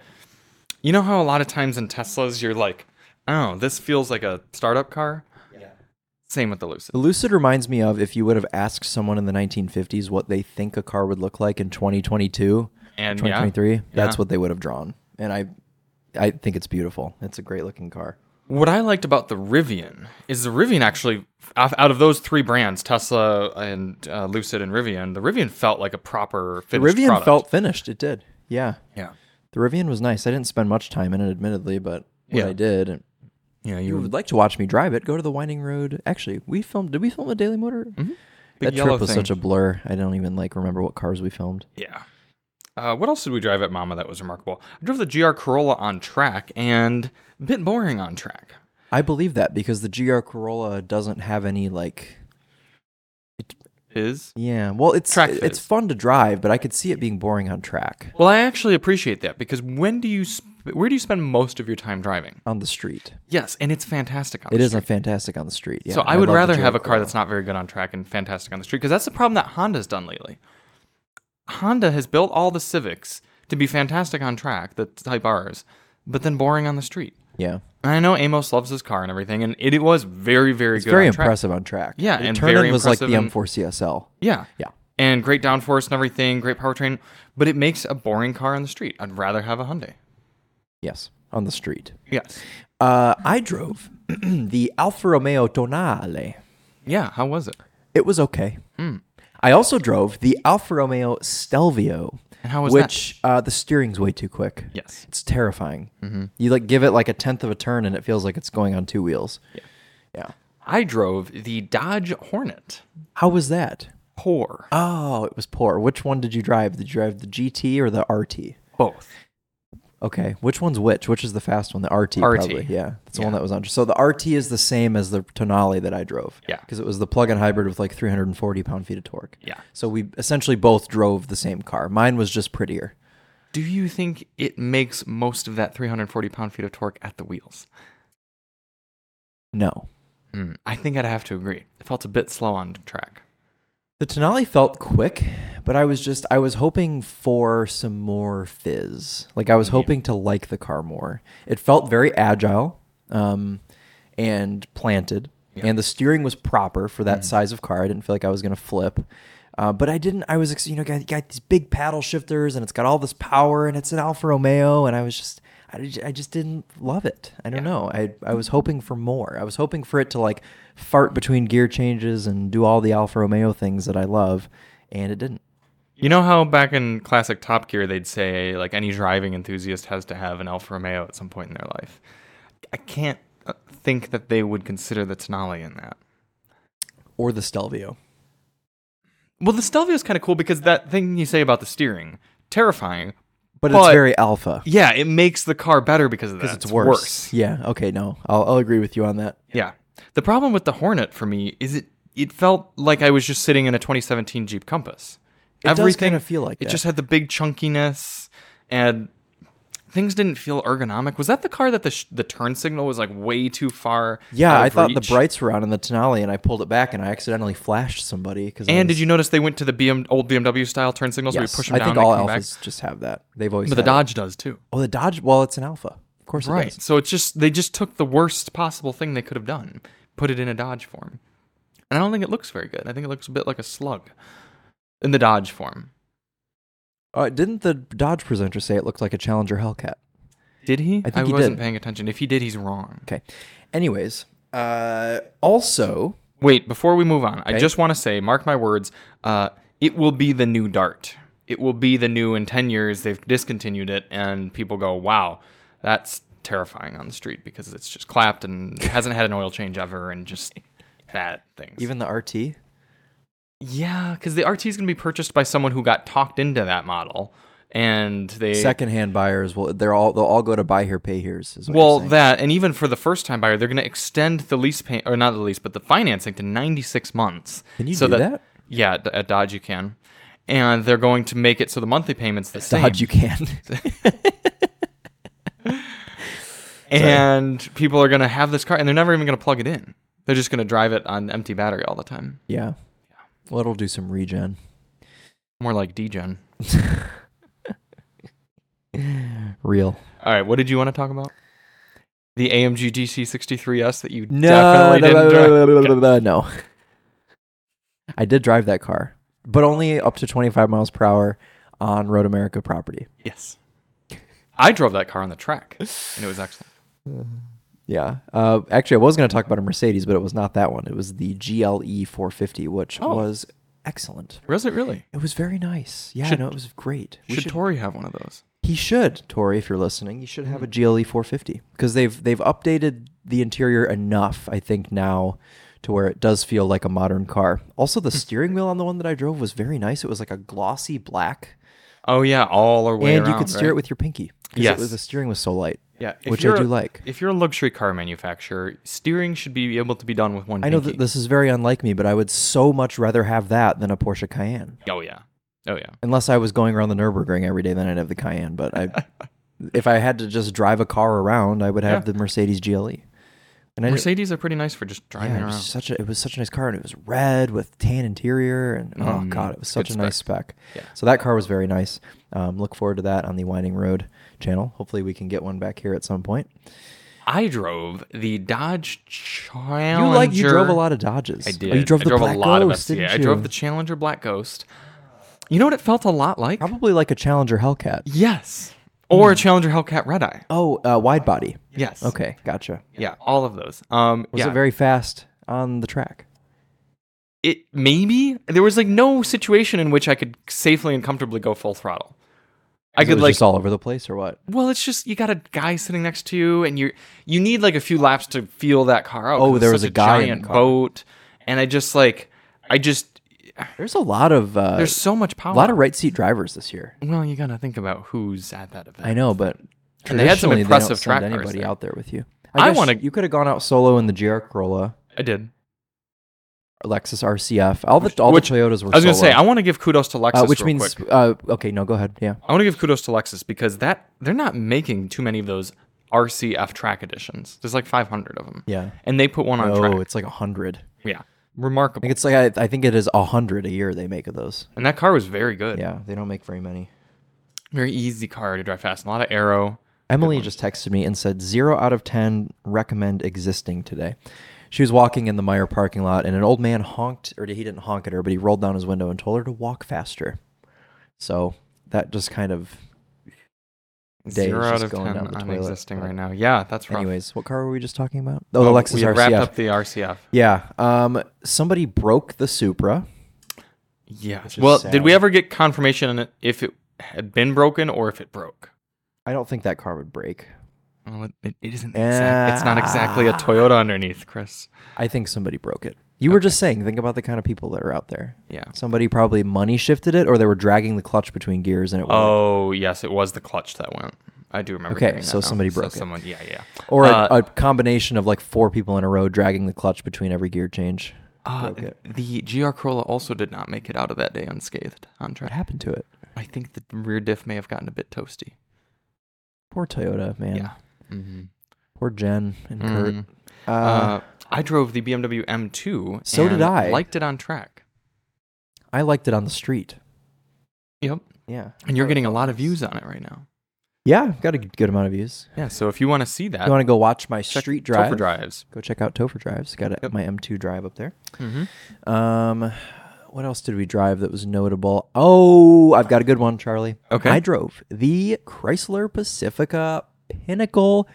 Speaker 1: you know how a lot of times in Teslas, you're like, oh, this feels like a startup car.
Speaker 2: Yeah.
Speaker 1: Same with the Lucid.
Speaker 2: The Lucid reminds me of if you would have asked someone in the 1950s what they think a car would look like in 2022,
Speaker 1: And yeah,
Speaker 2: 2023, that's
Speaker 1: Yeah.
Speaker 2: what they would have drawn. And I I think it's beautiful. It's a great looking car.
Speaker 1: what I liked about the Rivian is the Rivian actually, out out of those three brands, Tesla and uh, Lucid and Rivian, the Rivian felt like a proper
Speaker 2: The
Speaker 1: finished
Speaker 2: Rivian
Speaker 1: product.
Speaker 2: felt finished. It did. Yeah.
Speaker 1: yeah,
Speaker 2: The Rivian was nice. I didn't spend much time in it, admittedly, but what
Speaker 1: Yeah.
Speaker 2: I did. and
Speaker 1: yeah.
Speaker 2: if
Speaker 1: You,
Speaker 2: You
Speaker 1: were
Speaker 2: would like to watch me drive it? Go to the Winding Road. Actually, we filmed. Did we film a Daily Motor?
Speaker 1: Mm-hmm. Big
Speaker 2: That
Speaker 1: yellow
Speaker 2: trip was
Speaker 1: thing.
Speaker 2: such a blur. I don't even like remember what cars we filmed.
Speaker 1: yeah. Uh, what else did we drive at Mama that was remarkable? I drove the GR Corolla on track and a bit boring on track.
Speaker 2: I believe that because the GR Corolla doesn't have any like.
Speaker 1: Is
Speaker 2: Yeah, well, it's
Speaker 1: Track
Speaker 2: it-
Speaker 1: fizz.
Speaker 2: it's fun to drive, but I could see it being boring on track
Speaker 1: Well, I actually appreciate that because when do you sp- where do you spend most of your time driving?
Speaker 2: on the street.
Speaker 1: Yes, and it's fantastic on
Speaker 2: It
Speaker 1: the
Speaker 2: isn't
Speaker 1: street.
Speaker 2: fantastic on the street. Yeah,
Speaker 1: so I
Speaker 2: I
Speaker 1: would
Speaker 2: love the
Speaker 1: rather have
Speaker 2: GR
Speaker 1: a car
Speaker 2: Corolla.
Speaker 1: that's not very good on track and fantastic on the street because that's the problem that Honda's done lately. Honda has built all the Civics to be fantastic on track, the Type R's, but then boring on the street.
Speaker 2: yeah,
Speaker 1: And I know Amos loves his car and everything, and it, it was very, very
Speaker 2: it's
Speaker 1: good.
Speaker 2: very
Speaker 1: on track.
Speaker 2: impressive on track.
Speaker 1: Yeah,
Speaker 2: the
Speaker 1: and
Speaker 2: turn
Speaker 1: very
Speaker 2: in was like the
Speaker 1: impressive and-
Speaker 2: M4 CSL.
Speaker 1: Yeah.
Speaker 2: Yeah.
Speaker 1: And great downforce and everything, great powertrain, but it makes a boring car on the street. I'd rather have a Hyundai.
Speaker 2: Yes, on the street.
Speaker 1: Yes.
Speaker 2: Uh, I drove the Alfa Romeo Tonale.
Speaker 1: Yeah. How was it?
Speaker 2: It was okay.
Speaker 1: Hmm.
Speaker 2: I also drove the Alfa Romeo Stelvio,
Speaker 1: And how was that?
Speaker 2: which Uh, the steering's way too quick.
Speaker 1: Yes.
Speaker 2: it's terrifying.
Speaker 1: Mm-hmm.
Speaker 2: You like give it like a tenth of a turn, and it feels like it's going on two wheels. Yeah, yeah.
Speaker 1: I drove the Dodge Hornet.
Speaker 2: How was that?
Speaker 1: Poor.
Speaker 2: Oh, it was poor. Which one did you drive? Did you drive the GT or the RT?
Speaker 1: Both.
Speaker 2: Okay, which one's which? Which is the fast one? The RT,
Speaker 1: RT.
Speaker 2: probably. Yeah, that's the one that was on. So the RT is the same as the Tonale that I drove.
Speaker 1: Yeah.
Speaker 2: because it was the plug-in hybrid with like 340 pound-feet of torque.
Speaker 1: Yeah.
Speaker 2: So we essentially both drove the same car. Mine was just prettier.
Speaker 1: Do you think it makes most of that 340 pound feet of torque at the wheels?
Speaker 2: No, Hmm.
Speaker 1: Mm, I think I'd have to agree. It felt a bit slow on track.
Speaker 2: the Tonale felt quick, but I was just I was hoping for some more fizz. Like I was hoping to like the car more. It felt very agile, um, and planted, and the steering was proper for that size of car. I didn't feel like I was gonna flip. Uh, but I didn't. I was, ex- you know, got, got these big paddle shifters, and it's got all this power, and it's an Alfa Romeo, and I was just, I, ju- I just didn't love it. I don't know. I I was hoping for more. I was hoping for it to like fart between gear changes and do all the Alfa Romeo things that I love, and it didn't.
Speaker 1: You know how back in classic Top Gear, they'd say, like, any driving enthusiast has to have an Alfa Romeo at some point in their life? I can't uh, think that they would consider the Tonale in that.
Speaker 2: Or the Stelvio.
Speaker 1: Well, the Stelvio is kind of cool because that thing you say about the steering, terrifying.
Speaker 2: But,
Speaker 1: But-
Speaker 2: it's very alpha.
Speaker 1: Yeah, it makes the car better because of that.
Speaker 2: It's worse. Yeah. Okay. No, I'll, I'll agree with you on that.
Speaker 1: Yeah. The problem with the Hornet for me is it it felt like I was just sitting in a 2017 Jeep Compass.
Speaker 2: It does kinda feel like
Speaker 1: it
Speaker 2: that.
Speaker 1: just had the big chunkiness and things didn't feel ergonomic. Was that the car that the sh- the turn signal was like way too far? out
Speaker 2: Yeah,
Speaker 1: of
Speaker 2: I thought
Speaker 1: reach?
Speaker 2: the brights were on in the Tonale, and I pulled it back, and I accidentally flashed somebody. Because
Speaker 1: And did you notice they went to the BM, old BMW style turn signals where you
Speaker 2: Yes,
Speaker 1: push them
Speaker 2: I
Speaker 1: down
Speaker 2: think
Speaker 1: and
Speaker 2: all
Speaker 1: they come back?
Speaker 2: alphas just have that. They've always.
Speaker 1: But the
Speaker 2: had
Speaker 1: Dodge
Speaker 2: it.
Speaker 1: does too.
Speaker 2: Oh, the Dodge. Well, it's an alpha. Of course, It
Speaker 1: Right.
Speaker 2: does.
Speaker 1: So it's just they just took the worst possible thing they could have done, put it in a Dodge form. And I don't think it looks very good. I think it looks a bit like a slug in the Dodge form.
Speaker 2: Uh, didn't the Dodge presenter say it looked like a Challenger Hellcat?
Speaker 1: Did he?
Speaker 2: I think
Speaker 1: I
Speaker 2: he
Speaker 1: wasn't
Speaker 2: did.
Speaker 1: paying attention. If he did, he's wrong.
Speaker 2: Okay. Anyways, uh, also
Speaker 1: Wait, before we move on, I
Speaker 2: Okay.
Speaker 1: just want to say, mark my words, uh, it will be the new Dart. It will be the new in 10 years. They've discontinued it, and people go, wow, that's terrifying on the street because it's just clapped and hasn't had an oil change ever and just that things.
Speaker 2: even the RT.
Speaker 1: Yeah, because the RT is going to be purchased by someone who got talked into that model and they
Speaker 2: Secondhand buyers will they're all they'll all go to buy here, pay here's. Is what you're
Speaker 1: well
Speaker 2: saying.
Speaker 1: that and even for the first time buyer they're going to extend the lease pay or not the lease but the financing to 96 monds
Speaker 2: Can you
Speaker 1: so
Speaker 2: do that?
Speaker 1: yeah at- at dodge you can and they're going to make it so the monthly payments the same
Speaker 2: Dodge you can.
Speaker 1: and people are going to have this car and they're never even going to plug it in they're just going to drive it on empty battery all the time
Speaker 2: yeah. Well, it'll do some regen.
Speaker 1: more like degen
Speaker 2: Real.
Speaker 1: all right what did you want to talk about the AMG GC63S that you
Speaker 2: No,
Speaker 1: definitely
Speaker 2: no,
Speaker 1: didn't
Speaker 2: no,
Speaker 1: drive.
Speaker 2: no, no, no, no, no. I did drive that car, but only up to 25 miles per hour on Road America property.
Speaker 1: Yes. I drove that car on the track, and it was excellent.
Speaker 2: Yeah. Uh, actually, I was going to talk about a Mercedes, but it was not that one. It was the GLE 450, which
Speaker 1: Oh.
Speaker 2: was excellent.
Speaker 1: Was it really?
Speaker 2: It was very nice. Yeah,
Speaker 1: Should-
Speaker 2: no, it was great. We
Speaker 1: Should, Tori have one of those?
Speaker 2: He should, Tori, if you're listening, you should have
Speaker 1: Mm.
Speaker 2: a E GLE 450 because they've they've updated the interior enough, I think, now to where it does feel like a modern car. Also, the steering wheel on the one that I drove was very nice. It was like a glossy black,
Speaker 1: Oh yeah, all our way
Speaker 2: and you
Speaker 1: around,
Speaker 2: could
Speaker 1: right?
Speaker 2: steer it with your pinky. 'cause
Speaker 1: Yes.
Speaker 2: it was, the steering was so light.
Speaker 1: yeah, if
Speaker 2: which I
Speaker 1: you're-
Speaker 2: do like.
Speaker 1: If you're a luxury car manufacturer, steering should be able to be done with one.
Speaker 2: I know
Speaker 1: pinky.
Speaker 2: that this is very unlike me, but I would so much rather have that than a Porsche Cayenne.
Speaker 1: Oh yeah, oh yeah.
Speaker 2: Unless I was going around the Nurburgring every day, then I'd have the Cayenne. But I, if I had to just drive a car around, I would have
Speaker 1: Yeah.
Speaker 2: the Mercedes GLE. And I,
Speaker 1: Mercedes are pretty nice for just driving
Speaker 2: Yeah, it
Speaker 1: around.
Speaker 2: was such a it was such a nice car, and it was red with tan interior, and oh god, it was such a
Speaker 1: Mm-hmm. good
Speaker 2: nice spec.
Speaker 1: Yeah.
Speaker 2: So that car was very nice. Um, look forward to that on the Winding Road channel. Hopefully, we can get one back here at some point.
Speaker 1: I drove the Dodge
Speaker 2: You
Speaker 1: Challenger.
Speaker 2: like you drove a lot of Dodges.
Speaker 1: I did.
Speaker 2: Oh, you drove
Speaker 1: I
Speaker 2: the
Speaker 1: drove
Speaker 2: Black
Speaker 1: a lot
Speaker 2: Ghost,
Speaker 1: of
Speaker 2: didn't
Speaker 1: yeah, I
Speaker 2: you?
Speaker 1: drove the Challenger Black Ghost. You know what it felt a lot like?
Speaker 2: probably Hmm. like a Challenger Hellcat.
Speaker 1: Yes, or a Challenger Hellcat Red Eye.
Speaker 2: Oh, uh, wide body.
Speaker 1: Yes.
Speaker 2: Okay, gotcha.
Speaker 1: Yeah, all of those. Um,
Speaker 2: Was
Speaker 1: yeah.
Speaker 2: it very fast on the track?
Speaker 1: it maybe there was like no situation in which I could safely and comfortably go full throttle. I
Speaker 2: 'Cause it
Speaker 1: could
Speaker 2: was
Speaker 1: like
Speaker 2: just all over the place, or what?
Speaker 1: well, it's just you got a guy sitting next to you, and you you need like a few laps to feel that car out. 'cause
Speaker 2: Oh,
Speaker 1: it's
Speaker 2: there was
Speaker 1: such
Speaker 2: a guy in the
Speaker 1: giant
Speaker 2: car.
Speaker 1: boat, and I just like I just
Speaker 2: There's a lot of uh,
Speaker 1: there's so much
Speaker 2: a
Speaker 1: power.
Speaker 2: lot of right seat drivers this year.
Speaker 1: well, you gotta think about who's at that event.
Speaker 2: I know, but
Speaker 1: And they had some
Speaker 2: traditionally, don't
Speaker 1: impressive
Speaker 2: send
Speaker 1: track cars
Speaker 2: Anybody
Speaker 1: there.
Speaker 2: out there with you?
Speaker 1: I
Speaker 2: guess
Speaker 1: wanna-
Speaker 2: You could have gone out solo in the GR Corolla,
Speaker 1: I did.
Speaker 2: Lexus RCF. All the all
Speaker 1: which-
Speaker 2: the Toyotas were.
Speaker 1: I was gonna
Speaker 2: solo.
Speaker 1: say I want to give kudos to Lexus,
Speaker 2: uh, which
Speaker 1: real
Speaker 2: means
Speaker 1: quick.
Speaker 2: uh, okay. No, go ahead. Yeah,
Speaker 1: I want to give kudos to Lexus because that they're not making too many of those RCF track editions. There's like 500 of them.
Speaker 2: yeah.
Speaker 1: and they put one on
Speaker 2: Oh,
Speaker 1: track.
Speaker 2: it's like a hundred.
Speaker 1: Yeah,
Speaker 2: I
Speaker 1: remarkable.
Speaker 2: think it's like I, I think it is a hundred a year they make of those.
Speaker 1: And that car was very good.
Speaker 2: Yeah, they don't make very many.
Speaker 1: Very easy car to drive fast. A lot of arrow.
Speaker 2: Emily just texted me and said zero out of ten recommend existing today. She was walking in the Meyer parking lot and an old man honked, or he didn't honk at her, but he rolled down his window and told her to walk faster. So that just kind of day
Speaker 1: Zero
Speaker 2: is
Speaker 1: out
Speaker 2: just
Speaker 1: of
Speaker 2: going
Speaker 1: ten
Speaker 2: down the
Speaker 1: on
Speaker 2: toilet,
Speaker 1: existing
Speaker 2: but-
Speaker 1: right now. Yeah, that's right.
Speaker 2: Anyways, what car were we just talking about? Oh, the Lexus
Speaker 1: we had
Speaker 2: RCF.
Speaker 1: wrapped up the RCF.
Speaker 2: yeah. Um. Somebody broke the Supra.
Speaker 1: Yeah.
Speaker 2: is
Speaker 1: Well,
Speaker 2: sad.
Speaker 1: did we ever get confirmation on it- if it had been broken or if it broke?
Speaker 2: I don't think that car would break.
Speaker 1: Well, it, it, it isn't. exact- it's not exactly a Toyota underneath, Chris.
Speaker 2: I think somebody broke it. You were just saying, think about the kind of people that are out there.
Speaker 1: Yeah.
Speaker 2: Somebody probably money shifted it, or they were dragging the clutch between gears, and it. wouldn't.
Speaker 1: Oh yes, it was the clutch that went. I do remember.
Speaker 2: Okay,
Speaker 1: hearing that
Speaker 2: so
Speaker 1: now.
Speaker 2: somebody broke it.
Speaker 1: Someone, yeah, yeah.
Speaker 2: or a,
Speaker 1: uh,
Speaker 2: a combination of like four people in a row dragging the clutch between every gear change.
Speaker 1: Uh,
Speaker 2: broke it.
Speaker 1: the GR Corolla also did not make it out of that day unscathed on track.
Speaker 2: What happened to it?
Speaker 1: I think the rear diff may have gotten a bit toasty.
Speaker 2: Poor Toyota, man.
Speaker 1: Yeah. Mm-hmm.
Speaker 2: Poor Jen and Kurt. Uh,
Speaker 1: Uh, I drove the BMW M2.
Speaker 2: So did
Speaker 1: and
Speaker 2: I.
Speaker 1: Liked it on track.
Speaker 2: I liked it on the street.
Speaker 1: Yep.
Speaker 2: Yeah.
Speaker 1: And you're getting a lot of views on it right now.
Speaker 2: Yeah, got a good amount of views.
Speaker 1: Yeah. So if you want to see that,
Speaker 2: You want to go watch my
Speaker 1: check
Speaker 2: street
Speaker 1: Topher
Speaker 2: drive?
Speaker 1: drives.
Speaker 2: Go check out Topher Drives. Got it, my M2 drive up there.
Speaker 1: Mm-hmm.
Speaker 2: Um, what else did we drive that was notable? Oh, I've got a good one, Charlie.
Speaker 1: Okay.
Speaker 2: I drove the Chrysler Pacifica Pinnacle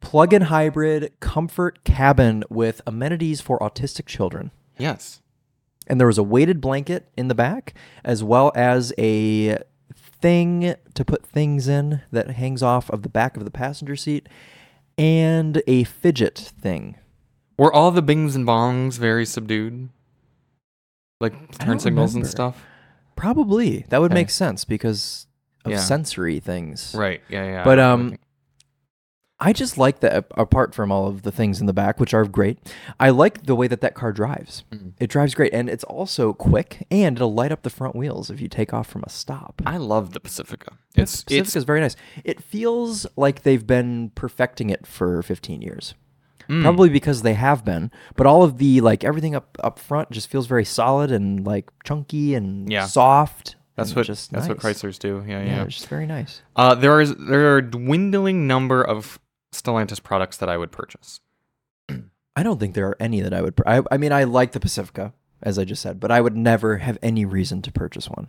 Speaker 2: plug-in hybrid comfort cabin with amenities for autistic children.
Speaker 1: Yes.
Speaker 2: And there was a weighted blanket in the back as well as a thing to put things in that hangs off of the back of the passenger seat and a fidget thing.
Speaker 1: Were all the bings and bongs very subdued? Like
Speaker 2: don't
Speaker 1: turn signals
Speaker 2: remember.
Speaker 1: and stuff?
Speaker 2: Probably. That would
Speaker 1: Okay.
Speaker 2: make sense because of
Speaker 1: Yeah.
Speaker 2: sensory things.
Speaker 1: Right. Yeah. Yeah.
Speaker 2: But,
Speaker 1: I know what
Speaker 2: um,
Speaker 1: you mean.
Speaker 2: I just like that a- apart from all of the things in the back which are great. I like the way that that car drives.
Speaker 1: Mhm.
Speaker 2: It drives great and it's also quick and it'll light up the front wheels if you take off from a stop.
Speaker 1: I love the Pacifica. It's
Speaker 2: Pacifica is very nice. It feels like they've been perfecting it for 15 years.
Speaker 1: Hmm. mm.
Speaker 2: Probably because they have been, but all of the like everything up up front just feels very solid and like chunky and
Speaker 1: Yeah.
Speaker 2: soft.
Speaker 1: that's
Speaker 2: and
Speaker 1: what
Speaker 2: just
Speaker 1: that's what
Speaker 2: nice.
Speaker 1: Chryslers do. Yeah.
Speaker 2: Yeah,
Speaker 1: Yeah.
Speaker 2: it's just very nice.
Speaker 1: Uh, there is there are a dwindling number of Stellantis products that I would purchase.
Speaker 2: I don't think there are any that I would. Pr- I, I mean, I like the Pacifica, as I just said, but I would never have any reason to purchase one.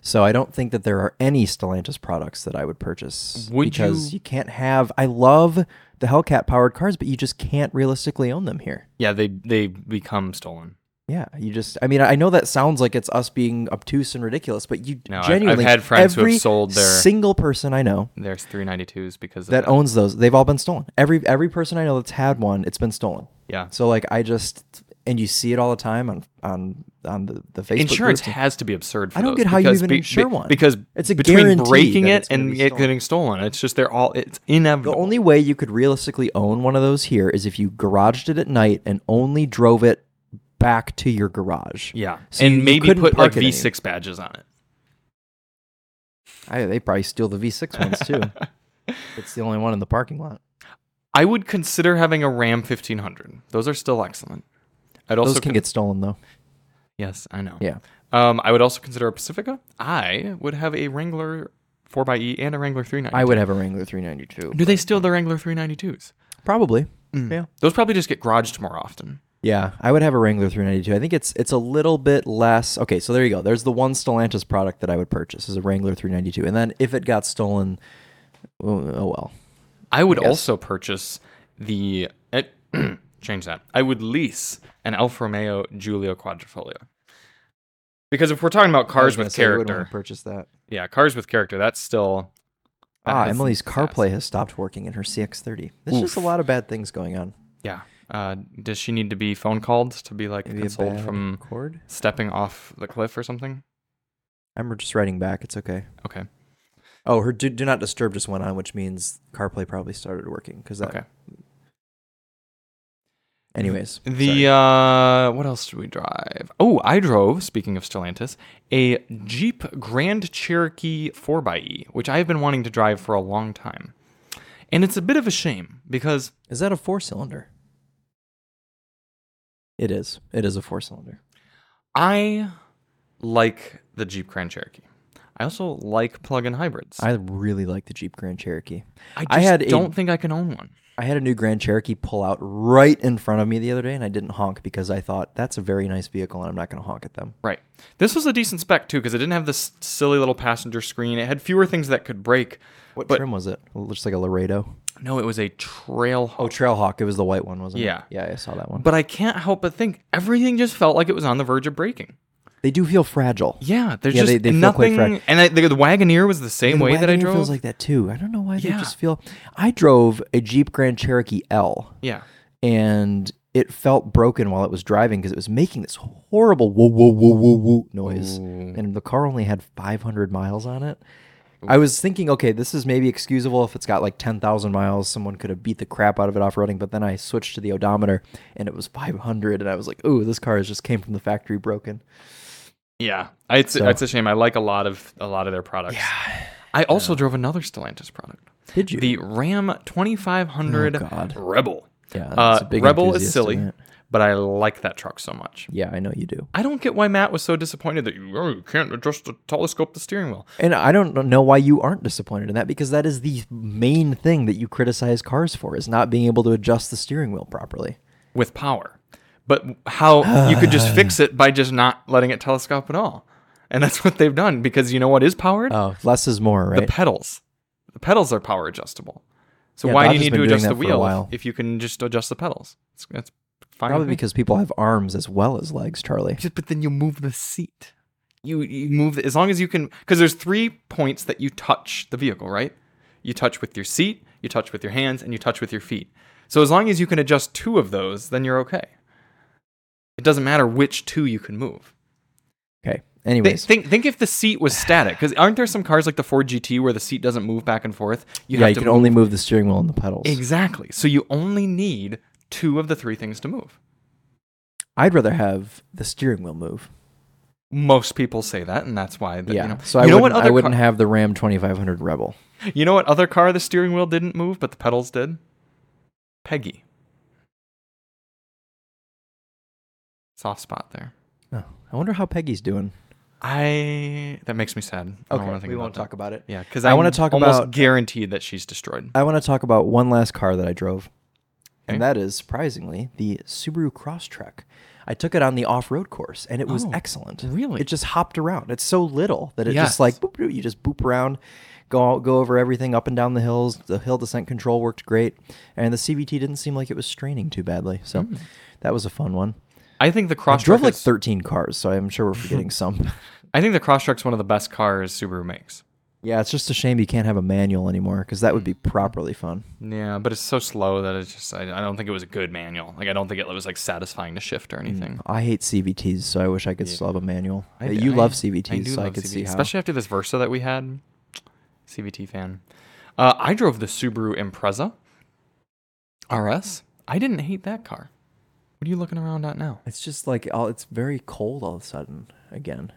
Speaker 2: So I don't think that there are any Stellantis products that I would purchase
Speaker 1: Would
Speaker 2: because
Speaker 1: you-
Speaker 2: you can't have. I love the Hellcat powered cars, but you just can't realistically own them here.
Speaker 1: Yeah, they they become stolen.
Speaker 2: Yeah, you just. I mean, I know that sounds like it's us being obtuse and ridiculous, but you
Speaker 1: No, I've- I've
Speaker 2: genuinely
Speaker 1: had friends who have
Speaker 2: every
Speaker 1: sold their-
Speaker 2: single person I know
Speaker 1: There's 392s because of
Speaker 2: that owns those. They've all been stolen. Every every person I know that's had one, it's been stolen.
Speaker 1: Yeah.
Speaker 2: So like I just and you see it all the time on on on the the Facebook
Speaker 1: Insurance
Speaker 2: groups.
Speaker 1: has to be absurd. For
Speaker 2: I don't
Speaker 1: those
Speaker 2: get how you
Speaker 1: because
Speaker 2: even insure one.
Speaker 1: because
Speaker 2: It's a
Speaker 1: between
Speaker 2: guarantee
Speaker 1: breaking
Speaker 2: that
Speaker 1: it
Speaker 2: it's gonna
Speaker 1: and
Speaker 2: be
Speaker 1: it
Speaker 2: stolen.
Speaker 1: getting stolen. It's just they're all it's
Speaker 2: the
Speaker 1: inevitable.
Speaker 2: only way you could realistically own one of those here is if you garaged it at night and only drove it back to your garage.
Speaker 1: yeah,
Speaker 2: So you-
Speaker 1: and
Speaker 2: you
Speaker 1: maybe
Speaker 2: couldn't
Speaker 1: put like
Speaker 2: park it
Speaker 1: V6 badges on it.
Speaker 2: I, they probably steal the V6 ones too. it's the only one in the parking lot.
Speaker 1: I would consider having a Ram 1500. Those are still excellent. I'd also
Speaker 2: Those can
Speaker 1: con-
Speaker 2: get stolen though.
Speaker 1: yes, I know.
Speaker 2: Yeah.
Speaker 1: Um, I would also consider a Pacifica. I would have a Wrangler 4xE and a Wrangler 390.
Speaker 2: I would have a Wrangler 392.
Speaker 1: Do they steal the Wrangler 392s?
Speaker 2: Probably. Yeah.
Speaker 1: Those probably just get garaged more often.
Speaker 2: Yeah, I would have a Wrangler 392. I think it's it's a little bit less. Okay, so there you go. There's the one Stellantis product that I would purchase is a Wrangler 392. And then if it got stolen, oh, oh well.
Speaker 1: I would
Speaker 2: guess.
Speaker 1: also purchase the eh, change that. I would lease an Alfa Romeo Giulio Quadrifoglio. Because if we're talking about cars with character,
Speaker 2: purchase that.
Speaker 1: yeah, cars with character, that's still that
Speaker 2: Ah,
Speaker 1: has
Speaker 2: Emily's
Speaker 1: success.
Speaker 2: CarPlay has stopped working in her CX30. There's just a
Speaker 1: Oof.
Speaker 2: lot of bad things going on.
Speaker 1: Yeah. Uh, does she need to be phone called to be like
Speaker 2: Maybe a
Speaker 1: consoled
Speaker 2: bad
Speaker 1: from
Speaker 2: cord.
Speaker 1: stepping off the cliff or something?
Speaker 2: I'm just writing back. It's okay.
Speaker 1: Okay.
Speaker 2: Oh, her do, do not disturb just went on, which means CarPlay probably started working because that.
Speaker 1: Okay.
Speaker 2: Anyways,
Speaker 1: The
Speaker 2: sorry.
Speaker 1: uh, what else did we drive? Oh, I drove. Speaking of Stellantis, a Jeep Grand Cherokee 4xE, which I have been wanting to drive for a long time, and it's a bit of a shame because
Speaker 2: is that a four cylinder? It is. It is a four cylinder.
Speaker 1: I like the Jeep Grand Cherokee. I also like plug-in hybrids.
Speaker 2: I really like the Jeep Grand Cherokee.
Speaker 1: I,
Speaker 2: I
Speaker 1: just
Speaker 2: had a-
Speaker 1: don't think I can own one.
Speaker 2: I had a new Grand Cherokee pull out right in front of me the other day, and I didn't honk because I thought that's a very nice vehicle, and I'm not going to honk at them.
Speaker 1: Right. This was a decent spec too because it didn't have this silly little passenger screen. It had fewer things that could break.
Speaker 2: What
Speaker 1: But-
Speaker 2: trim was it? It looks like a Laredo.
Speaker 1: No, it was a trail.
Speaker 2: Oh, Trailhawk. It was the white one, wasn't
Speaker 1: Yeah.
Speaker 2: it? Yeah, I saw that one. But
Speaker 1: But I can't help but think everything just felt like it was on the verge of breaking.
Speaker 2: they do feel fragile.
Speaker 1: Yeah, there's
Speaker 2: Yeah,
Speaker 1: just
Speaker 2: they- they feel quite
Speaker 1: nothing.
Speaker 2: frag-
Speaker 1: and I, the, the Wagoneer was the same
Speaker 2: The
Speaker 1: way that I
Speaker 2: Wagoneer
Speaker 1: drove.
Speaker 2: feels like that too. I don't know why
Speaker 1: Yeah.
Speaker 2: they just feel. I drove a Jeep Grand Cherokee L,
Speaker 1: yeah,
Speaker 2: and it felt broken while it was driving because it was making this horrible whoa whoa whoa whoa whoa noise, and the car only had 500 miles on it. I was thinking, okay, this is maybe excusable if it's got like 10,000 miles. Someone could have beat the crap out of it off roading, but then I switched to the odometer and it was 500, and I was like, ooh, this car has just came from the factory broken.
Speaker 1: yeah. I, it's
Speaker 2: So-
Speaker 1: it's a shame. I like a lot of a lot of their products. Yeah. I also drove another Stellantis product,
Speaker 2: Did you?
Speaker 1: the Ram 2500
Speaker 2: Oh, God.
Speaker 1: Rebel.
Speaker 2: yeah,
Speaker 1: Uh,
Speaker 2: that's a big
Speaker 1: Rebel is
Speaker 2: enthusiast
Speaker 1: silly,
Speaker 2: in it.
Speaker 1: but I like that truck so much.
Speaker 2: Yeah, I know you do.
Speaker 1: I don't get why Matt was so disappointed that you, oh, you can't adjust the telescope the steering wheel.
Speaker 2: And I don't know why you aren't disappointed in that because that is the main thing that you criticize cars for is not being able to adjust the steering wheel properly.
Speaker 1: with power. But how you could just fix it by just not letting it telescope at all. And that's what they've done because you know what is powered?
Speaker 2: Oh, less is more,
Speaker 1: the
Speaker 2: right?
Speaker 1: pedals. The pedals are power adjustable. So
Speaker 2: Yeah,
Speaker 1: why
Speaker 2: Dodge
Speaker 1: do
Speaker 2: has
Speaker 1: you need
Speaker 2: been
Speaker 1: to
Speaker 2: doing
Speaker 1: adjust
Speaker 2: that
Speaker 1: the
Speaker 2: for a
Speaker 1: wheel
Speaker 2: while.
Speaker 1: if- if you can just adjust the pedals? It's, that's fine.
Speaker 2: Probably
Speaker 1: with me.
Speaker 2: because people have arms as well as legs, Charlie.
Speaker 1: Just- but then you move the seat. You you move the, as long as you can because there's three points that you touch the vehicle, right? You touch with your seat, you touch with your hands, and you touch with your feet. So as long as you can adjust two of those, then you're okay. It doesn't matter which two you can move.
Speaker 2: Okay.
Speaker 1: Think,
Speaker 2: Anyways,
Speaker 1: think think if the seat was static, because aren't there some cars like the Ford GT where the seat doesn't move back and forth?
Speaker 2: yeah, you can only move the steering wheel and the pedals.
Speaker 1: exactly. So you only need two of the three things to move.
Speaker 2: I'd rather have the steering wheel move.
Speaker 1: Most people say that, and that's why. The,
Speaker 2: yeah.
Speaker 1: You know,
Speaker 2: so I
Speaker 1: you know what
Speaker 2: wouldn't,
Speaker 1: other
Speaker 2: I
Speaker 1: car-
Speaker 2: wouldn't have the Ram 2500 Rebel.
Speaker 1: You know what other car the steering wheel didn't move, but the pedals did? Peggy. Soft spot there.
Speaker 2: Oh, I wonder how Peggy's doing.
Speaker 1: I that makes me sad. I don't
Speaker 2: Okay,
Speaker 1: wanna think
Speaker 2: we
Speaker 1: about
Speaker 2: won't
Speaker 1: that.
Speaker 2: talk about it.
Speaker 1: Yeah, because
Speaker 2: I
Speaker 1: I
Speaker 2: wanna
Speaker 1: want to
Speaker 2: talk
Speaker 1: talk almost
Speaker 2: about-
Speaker 1: guaranteed that she's destroyed.
Speaker 2: I want to talk about one last car that I drove,
Speaker 1: Okay.
Speaker 2: and that is surprisingly the Subaru Crosstrek. I took it on the off-road course, and it was
Speaker 1: Oh,
Speaker 2: excellent.
Speaker 1: really?
Speaker 2: it just hopped around. It's so little that it just
Speaker 1: Yes.
Speaker 2: like boop, boop, you just boop around, go go over everything up and down the hills. The hill descent control worked great, and the CVT didn't seem like it was straining too badly. So
Speaker 1: Hmm.
Speaker 2: that was a fun one.
Speaker 1: I think the
Speaker 2: I
Speaker 1: cross
Speaker 2: drove like 13 cars, so I'm sure we're forgetting some.
Speaker 1: I think the Crosstrek's one of the best cars Subaru makes.
Speaker 2: Yeah, it's just a shame you can't have a manual anymore because that would be
Speaker 1: Hmm.
Speaker 2: properly fun.
Speaker 1: Yeah, but it's so slow that it's just I, I don't think it was a good manual. Like I don't think it was like satisfying to shift or anything.
Speaker 2: I hate CVTs, so I wish I could still have a manual.
Speaker 1: Hmm. I
Speaker 2: Uh,
Speaker 1: d-
Speaker 2: you
Speaker 1: I-
Speaker 2: love
Speaker 1: I
Speaker 2: CVTs,
Speaker 1: do
Speaker 2: so I
Speaker 1: love
Speaker 2: could
Speaker 1: CVTs,
Speaker 2: see how.
Speaker 1: Especially after this Versa that we had. CVT fan. Uh, I drove the Subaru Impreza RS. I didn't hate that car. What are you looking around at now?
Speaker 2: it's just like all, it's very cold all of a sudden again.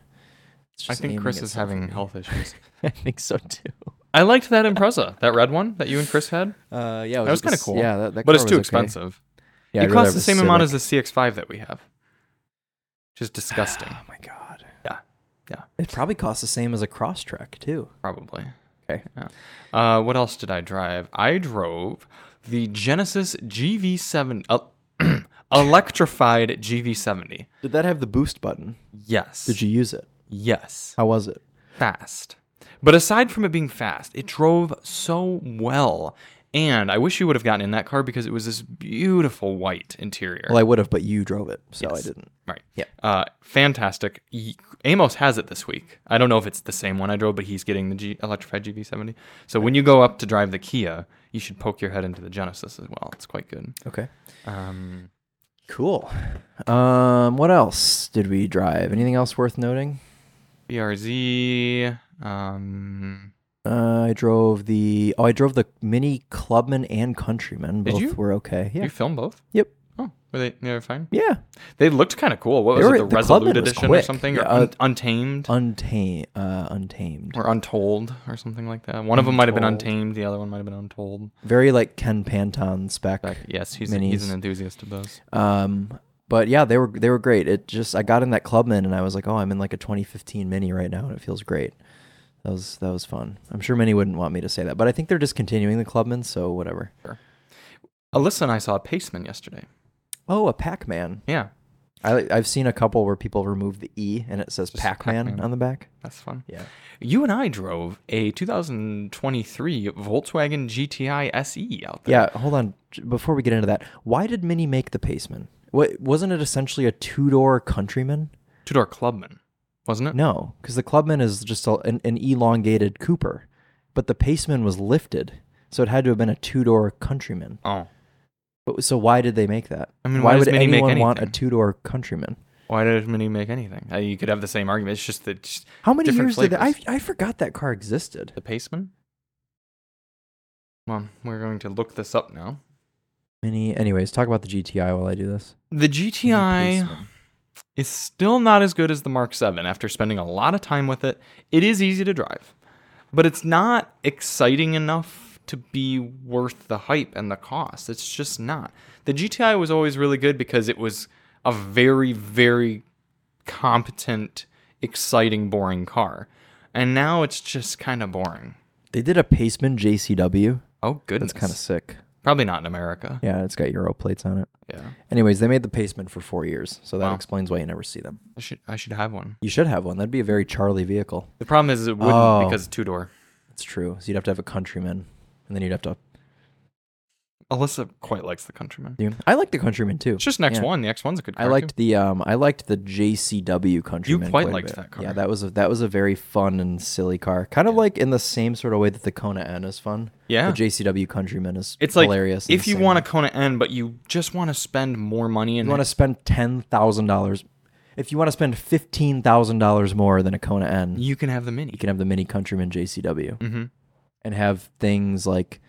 Speaker 2: It's
Speaker 1: I
Speaker 2: just
Speaker 1: think
Speaker 2: aiming
Speaker 1: Chris is
Speaker 2: itself at
Speaker 1: having
Speaker 2: me.
Speaker 1: health issues.
Speaker 2: I think so too.
Speaker 1: I liked that Impreza, that red one that you and Chris had.
Speaker 2: Uh, yeah, it
Speaker 1: That was
Speaker 2: a
Speaker 1: kind of
Speaker 2: s-
Speaker 1: cool.
Speaker 2: Yeah, that,
Speaker 1: but
Speaker 2: that car
Speaker 1: it's
Speaker 2: was
Speaker 1: too
Speaker 2: okay.
Speaker 1: expensive.
Speaker 2: Yeah,
Speaker 1: it costs the same amount as the CX5 that we have. Which is disgusting.
Speaker 2: Oh my god.
Speaker 1: Yeah. Yeah.
Speaker 2: It probably costs the same as a Crosstrek too.
Speaker 1: Probably.
Speaker 2: Okay.
Speaker 1: Yeah. Uh, what else did I drive? I drove the Genesis GV7 uh, electrified GV70.
Speaker 2: Did that have the boost button?
Speaker 1: Yes.
Speaker 2: Did you use it?
Speaker 1: Yes.
Speaker 2: How was it?
Speaker 1: Fast. But aside from it being fast, it drove so well. And I wish you would have gotten in that car because it was this beautiful white interior.
Speaker 2: Well, I would have, but you drove it, so I didn't.
Speaker 1: Right.
Speaker 2: Yeah.
Speaker 1: Uh, fantastic. Y- Amos has it this week. I don't know if it's the same one I drove, but he's getting the G- electrified GV70. So when you go up to drive the Kia, you should poke your head into the Genesis as well. It's quite good.
Speaker 2: Okay.
Speaker 1: Um,
Speaker 2: Cool. Um, what else did we drive? Anything else worth noting?
Speaker 1: BRZ. Um,
Speaker 2: Uh, I drove the oh, I drove the Mini Clubman and Countryman.
Speaker 1: Did
Speaker 2: Both
Speaker 1: you?
Speaker 2: were okay. Yeah.
Speaker 1: You film both?
Speaker 2: Yep.
Speaker 1: Oh, were they? They were fine.
Speaker 2: Yeah.
Speaker 1: They looked kind of cool. What
Speaker 2: They
Speaker 1: was
Speaker 2: were-
Speaker 1: it? The,
Speaker 2: the Clubman
Speaker 1: Resolute
Speaker 2: was
Speaker 1: Edition or
Speaker 2: quick.
Speaker 1: something, or
Speaker 2: Yeah, uh,
Speaker 1: un- Untamed,
Speaker 2: Untamed. Uh, untamed.
Speaker 1: or Untold, or something like that. One of them might have been
Speaker 2: Untold.
Speaker 1: Untamed. The other one might have been Untold.
Speaker 2: Very like Ken Panton spec.
Speaker 1: Back, yes, he's
Speaker 2: Minis.
Speaker 1: he's an enthusiast of those.
Speaker 2: Um, but yeah, they were they were great. It just I got in that Clubman and I was like, oh, I'm in like a 2015 Mini right now, and it feels great. That was that was fun. I'm sure many wouldn't want me to say that, but I think they're discontinuing the Clubman, so whatever.
Speaker 1: Alyssa and I saw a Paceman yesterday.
Speaker 2: Oh, a Pac-Man.
Speaker 1: Yeah,
Speaker 2: I, I've seen a couple where people remove the E and it says
Speaker 1: Just
Speaker 2: Pac-Man,
Speaker 1: Pac-Man.
Speaker 2: on the back.
Speaker 1: that's fun.
Speaker 2: Yeah.
Speaker 1: You and I drove a 2023 Volkswagen GTI SE E out there.
Speaker 2: Yeah. Hold on. J- Before we get into that, why did Mini make the Paceman? What wasn't it essentially a two-door Countryman?
Speaker 1: Two door Clubman, wasn't it?
Speaker 2: No, because the Clubman is just a, an, an elongated Cooper, but the Paceman was lifted, so it had to have been a two-door Countryman.
Speaker 1: Oh.
Speaker 2: But so why did they make that?
Speaker 1: I mean, why does
Speaker 2: would
Speaker 1: Mini make
Speaker 2: anyone want a
Speaker 1: anything?
Speaker 2: two-door Countryman?
Speaker 1: Why did Mini make anything? Uh, you could have the same argument. It's just that just
Speaker 2: How many
Speaker 1: different
Speaker 2: years did
Speaker 1: flavors.
Speaker 2: that? I I forgot that car existed.
Speaker 1: the Paceman? Well, we're going to look this up now.
Speaker 2: Mini. Anyways, talk about the GTI while I do this.
Speaker 1: The
Speaker 2: Mini
Speaker 1: GTI
Speaker 2: Paceman.
Speaker 1: is still not as good as the Mark 7 after spending a lot of time with it. It is easy to drive, but it's not exciting enough to be worth the hype and the cost. It's just not. The GTI was always really good because it was a very, very competent, exciting, boring car. And now it's just kind of boring.
Speaker 2: They did a Paceman JCW.
Speaker 1: Oh, goodness.
Speaker 2: That's kind of sick.
Speaker 1: Probably not in America.
Speaker 2: Yeah, it's got Euro plates on it.
Speaker 1: Yeah.
Speaker 2: Anyways, they made the Paceman for four years, so that
Speaker 1: Wow.
Speaker 2: explains why you never see them.
Speaker 1: I should, I should have one.
Speaker 2: You should have one. That'd be a very Charlie vehicle.
Speaker 1: The problem is it wouldn't
Speaker 2: Oh.
Speaker 1: because two door.
Speaker 2: That's true. So you'd have to have a Countryman, and then you'd have to.
Speaker 1: Alyssa quite likes the Countryman.
Speaker 2: Do I like the Countryman too.
Speaker 1: It's just an X1. The X1's a good car.
Speaker 2: I
Speaker 1: too.
Speaker 2: liked the um I liked the JCW Countryman.
Speaker 1: quite
Speaker 2: a
Speaker 1: liked
Speaker 2: bit.
Speaker 1: that car.
Speaker 2: Yeah, that was a that was a very fun and silly car. Kind of like in the same sort of way that the Kona N is fun.
Speaker 1: Yeah.
Speaker 2: The JCW Countryman is
Speaker 1: It's like
Speaker 2: hilarious.
Speaker 1: if you want a Kona N, but you just want to spend more money and
Speaker 2: you want to spend ten thousand dollars, if you want to spend fifteen thousand dollars more than a Kona N,
Speaker 1: You can have the mini.
Speaker 2: you can have the Mini Countryman JCW
Speaker 1: Mm-hmm.
Speaker 2: and have things like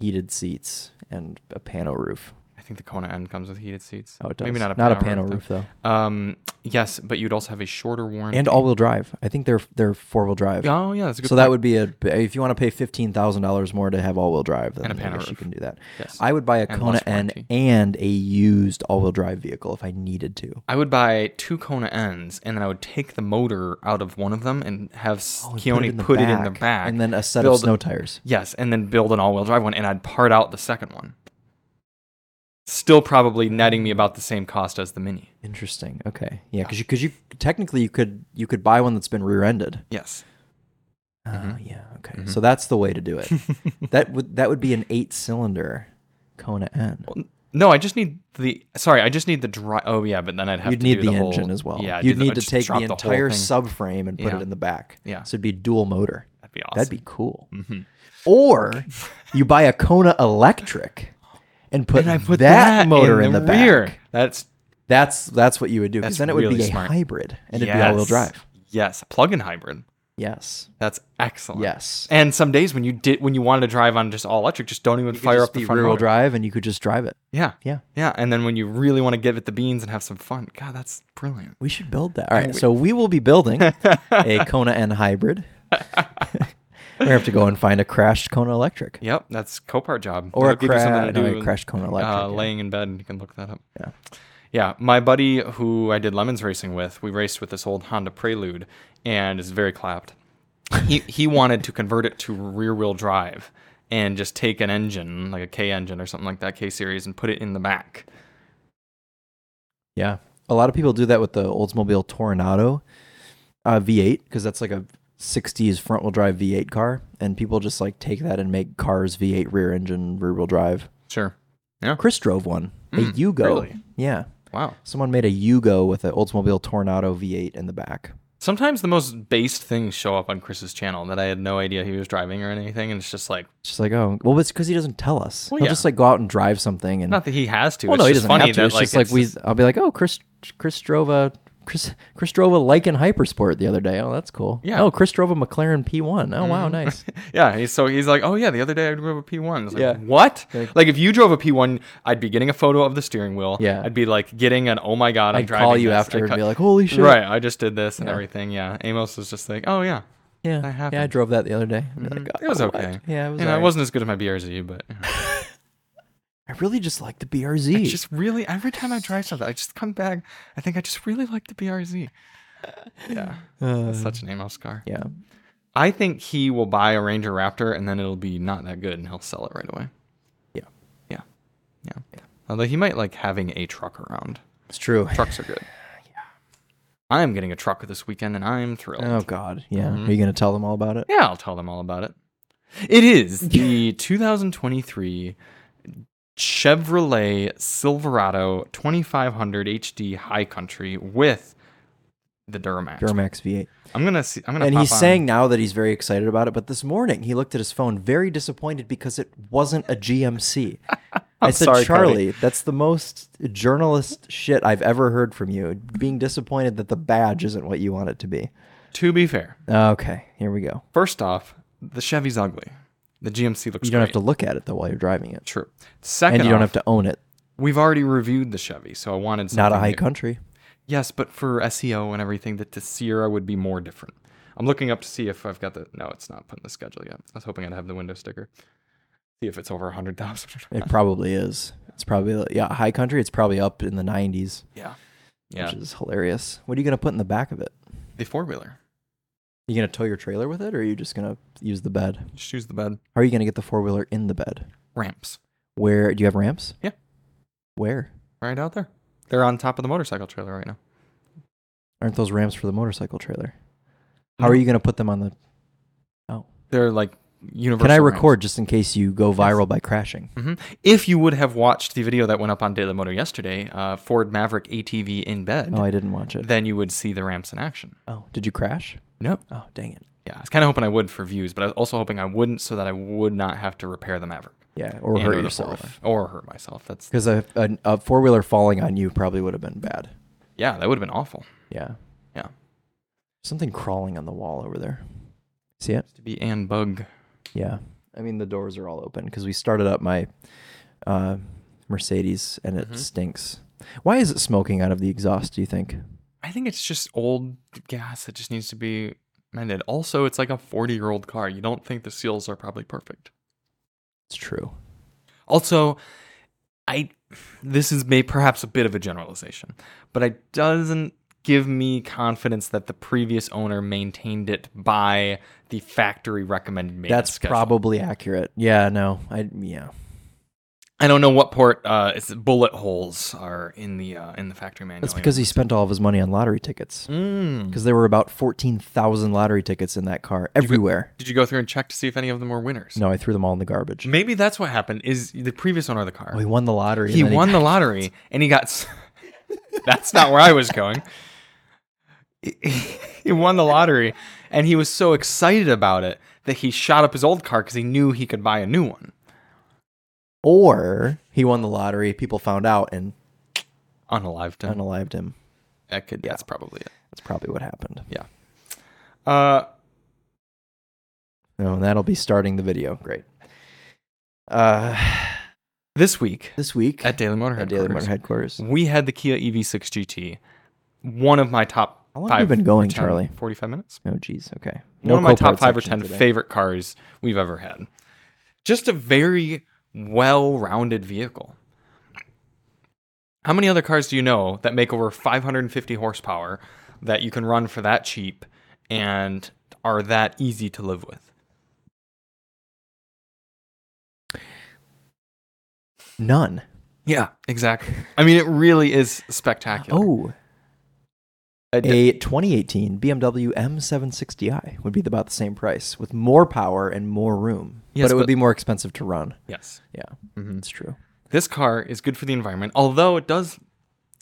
Speaker 2: heated seats and a pano roof.
Speaker 1: I think the Kona N comes with heated seats.
Speaker 2: Oh, it does
Speaker 1: Maybe not a
Speaker 2: not a
Speaker 1: panel
Speaker 2: pano
Speaker 1: roof,
Speaker 2: roof though,
Speaker 1: though. Um, yes, but you'd also have a shorter warranty.
Speaker 2: Oh. and all-wheel drive. I think they're they're four-wheel drive.
Speaker 1: Oh yeah, that's a
Speaker 2: so
Speaker 1: good.
Speaker 2: that
Speaker 1: point.
Speaker 2: would be a if you want to pay fifteen thousand dollars more to have all-wheel drive, then
Speaker 1: And a
Speaker 2: I
Speaker 1: pano
Speaker 2: guess you
Speaker 1: roof.
Speaker 2: can do that.
Speaker 1: Yes.
Speaker 2: I would buy a
Speaker 1: And
Speaker 2: Kona
Speaker 1: less
Speaker 2: N
Speaker 1: warranty.
Speaker 2: and a used all-wheel drive vehicle if I needed to.
Speaker 1: I would buy two Kona N's and then I would take the motor out of one of them and have s-
Speaker 2: Oh, and
Speaker 1: Keone put it in the back.
Speaker 2: and then a set
Speaker 1: build-
Speaker 2: of snow tires.
Speaker 1: yes, and then build an all wheel drive one and I'd part out the second one. Still probably netting me about the same cost as the Mini.
Speaker 2: Interesting. Okay. Yeah, because you, cause you technically you could you could buy one that's been rear-ended.
Speaker 1: Yes.
Speaker 2: Ah,
Speaker 1: Mhm.
Speaker 2: yeah. Okay. So that's the way to do it. that would that would be an eight-cylinder Kona N.
Speaker 1: No, I just need the. Sorry, I just need the drive. Oh yeah, but then I'd have
Speaker 2: You'd
Speaker 1: to
Speaker 2: need
Speaker 1: do
Speaker 2: the,
Speaker 1: the whole-
Speaker 2: engine as well.
Speaker 1: Yeah, I'd
Speaker 2: You'd
Speaker 1: do
Speaker 2: need
Speaker 1: I'd
Speaker 2: to
Speaker 1: just
Speaker 2: take the
Speaker 1: drop whole
Speaker 2: entire
Speaker 1: thing.
Speaker 2: subframe and put
Speaker 1: Yeah.
Speaker 2: it in the back.
Speaker 1: Yeah.
Speaker 2: So it'd be dual motor.
Speaker 1: That'd be awesome. Mm-hmm.
Speaker 2: That'd be cool. Or you buy a Kona Electric and put,
Speaker 1: and I put
Speaker 2: that, motor in the,
Speaker 1: rear.
Speaker 2: back.
Speaker 1: That's
Speaker 2: That's that's what you would do.
Speaker 1: That's
Speaker 2: Because then it would
Speaker 1: really
Speaker 2: be
Speaker 1: smart.
Speaker 2: a hybrid and it'd be
Speaker 1: yes.
Speaker 2: all-wheel drive.
Speaker 1: Yes, plug-in hybrid.
Speaker 2: Yes.
Speaker 1: That's excellent.
Speaker 2: Yes.
Speaker 1: And some days when you did when you wanted to drive on just all electric, just don't even fire up the front
Speaker 2: rear-wheel
Speaker 1: motor.
Speaker 2: drive, and you could just drive it.
Speaker 1: Yeah,
Speaker 2: Yeah.
Speaker 1: yeah. And then when you really want to give it the beans and have some fun, God, that's brilliant.
Speaker 2: We should build that. All right. So we will be building a Kona N hybrid. we have to go and find a crashed Kona Electric
Speaker 1: Yep, that's Copart job.
Speaker 2: or
Speaker 1: That'll
Speaker 2: a,
Speaker 1: give you
Speaker 2: cra-
Speaker 1: something to
Speaker 2: no,
Speaker 1: do
Speaker 2: a crashed Kona Electric.
Speaker 1: uh,
Speaker 2: yeah.
Speaker 1: laying in bed, and you can look that up.
Speaker 2: Yeah.
Speaker 1: Yeah, my buddy who I did lemons racing with, we raced with this old Honda Prelude, and it's very clapped. He he wanted to convert it to rear wheel drive and just take an engine like a K engine or something like that K series and put it in the back.
Speaker 2: Yeah. A lot of people do that with the Oldsmobile Toronado uh, V8 because that's like a 60s front wheel drive V8 car. And people just like take that and make cars V8 rear engine, rear wheel drive.
Speaker 1: Sure.
Speaker 2: Chris drove one, a
Speaker 1: Mm,
Speaker 2: Yugo.
Speaker 1: really?
Speaker 2: Yeah.
Speaker 1: Wow.
Speaker 2: Someone made a Yugo with an Oldsmobile Tornado V8 in the back.
Speaker 1: Sometimes the most based things show up on Chris's channel that I had no idea he was driving or anything, and it's just like
Speaker 2: It's Just like, oh, well, it's because he doesn't tell us.
Speaker 1: Well,
Speaker 2: He'll
Speaker 1: yeah.
Speaker 2: just like go out and drive something. And
Speaker 1: not that he has to.
Speaker 2: well,
Speaker 1: it's
Speaker 2: no, he
Speaker 1: just
Speaker 2: doesn't
Speaker 1: funny
Speaker 2: have to.
Speaker 1: That,
Speaker 2: It's just like we. I'll be like, oh, Chris, Chris drove a Chris, Chris drove a Lycan Hypersport the other day. Oh, that's cool.
Speaker 1: Yeah. Mm-hmm.
Speaker 2: Oh, Chris drove a McLaren P1. Oh, wow, nice.
Speaker 1: Yeah, he's so he's like, oh yeah, the other day I drove a P1. It's like,
Speaker 2: Yeah.
Speaker 1: what?
Speaker 2: Like-
Speaker 1: Like, if you drove a P1, I'd be getting a photo of the steering wheel.
Speaker 2: Yeah.
Speaker 1: I'd be like getting an oh my god, I'm
Speaker 2: I'd
Speaker 1: driving.
Speaker 2: call you
Speaker 1: this.
Speaker 2: after
Speaker 1: I'd
Speaker 2: and
Speaker 1: cut-
Speaker 2: be like, holy shit.
Speaker 1: right, I just did this and everything. Yeah, Amos was just like, oh yeah,
Speaker 2: Yeah.
Speaker 1: That happened. Mm-hmm.
Speaker 2: Yeah, I drove that the other day. I'd be like,
Speaker 1: it was
Speaker 2: "Oh,
Speaker 1: okay.
Speaker 2: what?" Yeah, it was.
Speaker 1: You know,
Speaker 2: alright.
Speaker 1: it wasn't as good as my BRZ, but you know.
Speaker 2: I really just like the BRZ.
Speaker 1: I just really every time I drive something, I just come back. I think I just really like the BRZ. Yeah,
Speaker 2: Uh,
Speaker 1: that's such an Amos car.
Speaker 2: yeah.
Speaker 1: I think he will buy a Ranger Raptor and then it'll be not that good and he'll sell it right away.
Speaker 2: Yeah.
Speaker 1: Yeah. Yeah. Although he might like having a truck around.
Speaker 2: It's true.
Speaker 1: Trucks are good. yeah. I'm getting a truck this weekend and I'm thrilled.
Speaker 2: Oh God. Yeah.
Speaker 1: Mm-hmm.
Speaker 2: Are you gonna tell them all about it?
Speaker 1: Yeah, I'll tell them all about it. It is the 2023 Chevrolet Silverado 2500 HD High Country with the Duramax.
Speaker 2: Duramax V8.
Speaker 1: I'm gonna see. I'm gonna.
Speaker 2: And
Speaker 1: pop
Speaker 2: he's
Speaker 1: on.
Speaker 2: saying now that he's very excited about it, but this morning he looked at his phone very disappointed because it wasn't a GMC. I said,
Speaker 1: sorry,
Speaker 2: Charlie, that's the most journalist shit I've ever heard from you. Being disappointed that the badge isn't what you want it to be.
Speaker 1: To be fair,
Speaker 2: Okay, here we go.
Speaker 1: first off, the Chevy's ugly. The GMC looks.
Speaker 2: You
Speaker 1: great.
Speaker 2: don't have to look at it though while you're driving it,
Speaker 1: True. Second,
Speaker 2: and you don't
Speaker 1: off,
Speaker 2: have to own it.
Speaker 1: We've already reviewed the Chevy, so I wanted something
Speaker 2: Not a high
Speaker 1: new.
Speaker 2: country.
Speaker 1: Yes, but for SEO and everything, that the Sierra would be more different. I'm looking up to see if I've got the. No, it's not putting the schedule yet. I was hoping I'd have the window sticker. See if it's over 100,000.
Speaker 2: It probably is. It's probably yeah, high country. It's probably up in the 90s,
Speaker 1: yeah. Yeah.
Speaker 2: which is hilarious. What are you gonna put in the back of it?
Speaker 1: The four wheeler.
Speaker 2: You gonna tow your trailer with it, or are you just gonna use the bed?
Speaker 1: Just use the bed.
Speaker 2: How are you gonna get the four wheeler in the bed?
Speaker 1: Ramps.
Speaker 2: Where do you have ramps?
Speaker 1: Yeah.
Speaker 2: Where
Speaker 1: Right out there. They're on top of the motorcycle trailer right now.
Speaker 2: aren't those ramps for the motorcycle trailer? How are
Speaker 1: No.
Speaker 2: you gonna put them on the?
Speaker 1: They're like universal.
Speaker 2: Can I
Speaker 1: ramps.
Speaker 2: record just in case you go viral by crashing?
Speaker 1: Mhm. If you would have watched the video that went up on Daily Motor yesterday, uh, Ford Maverick ATV in bed,
Speaker 2: Oh, I didn't watch it.
Speaker 1: then you would see the ramps in action.
Speaker 2: Oh, did you crash?
Speaker 1: No.
Speaker 2: Oh, dang it.
Speaker 1: Yeah, I was kind of hoping I would for views, but I was also hoping I wouldn't so that I would not have to repair the Maverick.
Speaker 2: Yeah, or
Speaker 1: And
Speaker 2: hurt
Speaker 1: the four-wheeler.
Speaker 2: yourself.
Speaker 1: Or hurt myself. That's
Speaker 2: Because a, a, a four wheeler falling on you probably would have been bad.
Speaker 1: Yeah, that would have been awful.
Speaker 2: Yeah.
Speaker 1: Yeah.
Speaker 2: Something crawling on the wall over there. See it?
Speaker 1: To be and bug.
Speaker 2: Yeah. I mean, the doors are all open because we started up my uh, Mercedes and it
Speaker 1: Mhm.
Speaker 2: stinks. Why is it smoking out of the exhaust, do you think?
Speaker 1: I think it's just old gas that just needs to be mended. Also, it's like a 40 year old car. You don't think the seals are probably perfect.
Speaker 2: It's true.
Speaker 1: Also, I this is may perhaps a bit of a generalization, but it doesn't give me confidence that the previous owner maintained it by the factory recommended maintenance.
Speaker 2: That's
Speaker 1: schedule.
Speaker 2: probably accurate. Yeah, no. I yeah.
Speaker 1: I don't know what port uh, it's bullet holes are in the uh, in the factory manual.
Speaker 2: That's because he spent all of his money on lottery tickets.
Speaker 1: Mm.
Speaker 2: Because there were about 14,000 lottery tickets in that car everywhere.
Speaker 1: Did you go through and check to see if any of them were winners?
Speaker 2: No, I threw them all in the garbage.
Speaker 1: Maybe that's what happened. Is the previous owner of the car?
Speaker 2: Oh, he won the lottery. and
Speaker 1: he
Speaker 2: then
Speaker 1: won the lottery and he got s- that's not where i was going he won the lottery and he was so excited about it that he shot up his old car because he knew he could buy a new one
Speaker 2: Or he won the lottery. People found out and
Speaker 1: unalived him
Speaker 2: unalived him.
Speaker 1: that could that's probably it
Speaker 2: That's probably what happened.
Speaker 1: uh
Speaker 2: No, and that'll be starting the video. Great. Uh,
Speaker 1: this week
Speaker 2: this week
Speaker 1: at daily motor
Speaker 2: at Daily Motor
Speaker 1: Headquarters,
Speaker 2: headquarters.
Speaker 1: we had the kia E ev6 gt one of my top
Speaker 2: How long
Speaker 1: five
Speaker 2: have we
Speaker 1: or
Speaker 2: been going,
Speaker 1: 10
Speaker 2: Charlie?
Speaker 1: 45 minutes
Speaker 2: Oh, geez. Okay.
Speaker 1: one of my top
Speaker 2: Copart
Speaker 1: five or
Speaker 2: section
Speaker 1: ten
Speaker 2: today.
Speaker 1: favorite cars we've ever had. Just a very well-rounded vehicle. How many other cars do you know that make over 550 horsepower that you can run for that cheap and are that easy to live with?
Speaker 2: None.
Speaker 1: Yeah, exactly. I mean, it really is spectacular.
Speaker 2: Oh,
Speaker 1: I d-
Speaker 2: a 2018 BMW M760i would be about the same price with more power and more room,
Speaker 1: Yes,
Speaker 2: but it
Speaker 1: but-
Speaker 2: would be more expensive to run.
Speaker 1: yes.
Speaker 2: Yeah,
Speaker 1: Mhm.
Speaker 2: that's true.
Speaker 1: This car is good for the environment, although it does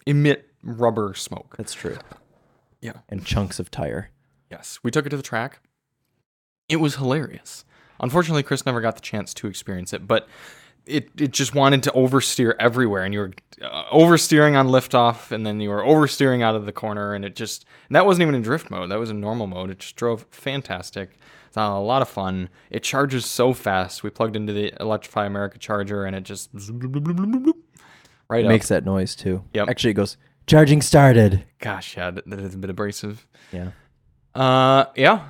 Speaker 1: emit rubber smoke.
Speaker 2: That's true.
Speaker 1: Yeah.
Speaker 2: And chunks of tire.
Speaker 1: Yes, we took it to the track. It was hilarious. Unfortunately, Chris never got the chance to experience it, but it, it just wanted to oversteer everywhere, and you were uh, oversteering on liftoff, and then you were oversteering out of the corner, and it just and that wasn't even in drift mode. That was in normal mode. It just drove fantastic. It's a lot of fun. It charges so fast. We plugged into the Electrify America charger, and it just right
Speaker 2: It
Speaker 1: up.
Speaker 2: makes that noise too.
Speaker 1: Yep.
Speaker 2: Actually, it goes charging started.
Speaker 1: Gosh, yeah, that that is a bit abrasive.
Speaker 2: Yeah.
Speaker 1: Uh, yeah.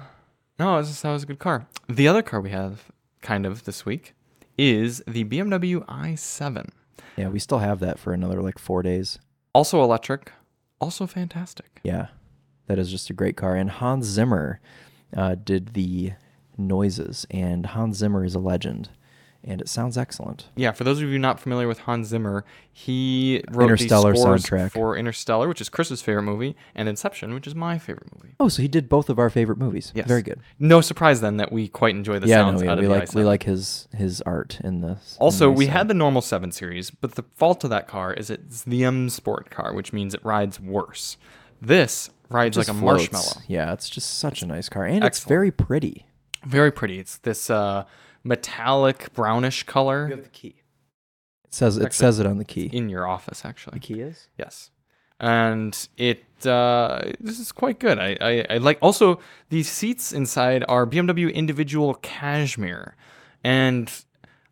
Speaker 1: No, it was, that was a good car. The other car we have, kind of, this week is the BMW i7.
Speaker 2: Yeah, we still have that for another like four days.
Speaker 1: Also electric, also fantastic.
Speaker 2: Yeah, that is just a great car. And Hans Zimmer uh, did the noises, and Hans Zimmer is a legend, and it sounds excellent.
Speaker 1: Yeah, for those of you not familiar with Hans Zimmer, he wrote
Speaker 2: Interstellar
Speaker 1: the scores
Speaker 2: soundtrack.
Speaker 1: for Interstellar, which is Chris's favorite movie, and Inception, which is my favorite movie.
Speaker 2: Oh, so he did both of our favorite movies.
Speaker 1: Yes.
Speaker 2: very good.
Speaker 1: No surprise then that we quite enjoy the
Speaker 2: yeah,
Speaker 1: sounds
Speaker 2: no, yeah,
Speaker 1: out of
Speaker 2: we
Speaker 1: the
Speaker 2: like we
Speaker 1: i7.
Speaker 2: like his his art in this. in
Speaker 1: Also, we
Speaker 2: this, uh,
Speaker 1: had the normal 7 Series, but the fault of that car is it's the M Sport car, which means it rides worse. This rides like
Speaker 2: just
Speaker 1: a
Speaker 2: floats.
Speaker 1: marshmallow.
Speaker 2: Yeah, it's just such a nice car, and it's
Speaker 1: excellent.
Speaker 2: very pretty.
Speaker 1: Very pretty. It's this uh, metallic brownish color
Speaker 2: the key. It says it
Speaker 1: Actually-
Speaker 2: says it on the key.
Speaker 1: in your office, actually.
Speaker 2: key is.
Speaker 1: Yes. And it uh, this is quite good. I, I, I like also the seats inside are BMW individual cashmere, and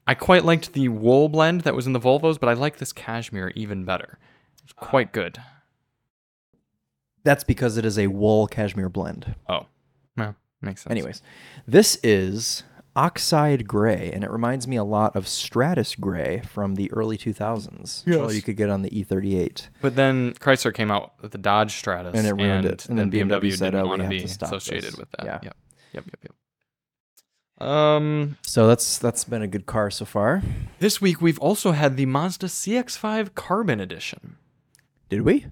Speaker 1: I quite liked the wool blend that was in the Volvos, but I like this cashmere even better. It's quite good.
Speaker 2: That's because it is a wool cashmere blend.
Speaker 1: Oh, well, makes sense.
Speaker 2: Anyways, this is Oxide Gray, and it reminds me a lot of Stratus Gray from the early 2000s. which
Speaker 1: Yes.
Speaker 2: you could get on the E E38.
Speaker 1: But then Chrysler came out with the Dodge Stratus,
Speaker 2: And it ruined it. And then BMW said,
Speaker 1: didn't
Speaker 2: "Oh, we
Speaker 1: want to
Speaker 2: have
Speaker 1: be
Speaker 2: to stop
Speaker 1: associated
Speaker 2: this."
Speaker 1: with that.
Speaker 2: Yeah.
Speaker 1: Yep. Yep. Yep. Yep. Um,
Speaker 2: So that's that's been a good car so far.
Speaker 1: this week we've also had the Mazda CX-5 Carbon Edition.
Speaker 2: Did we?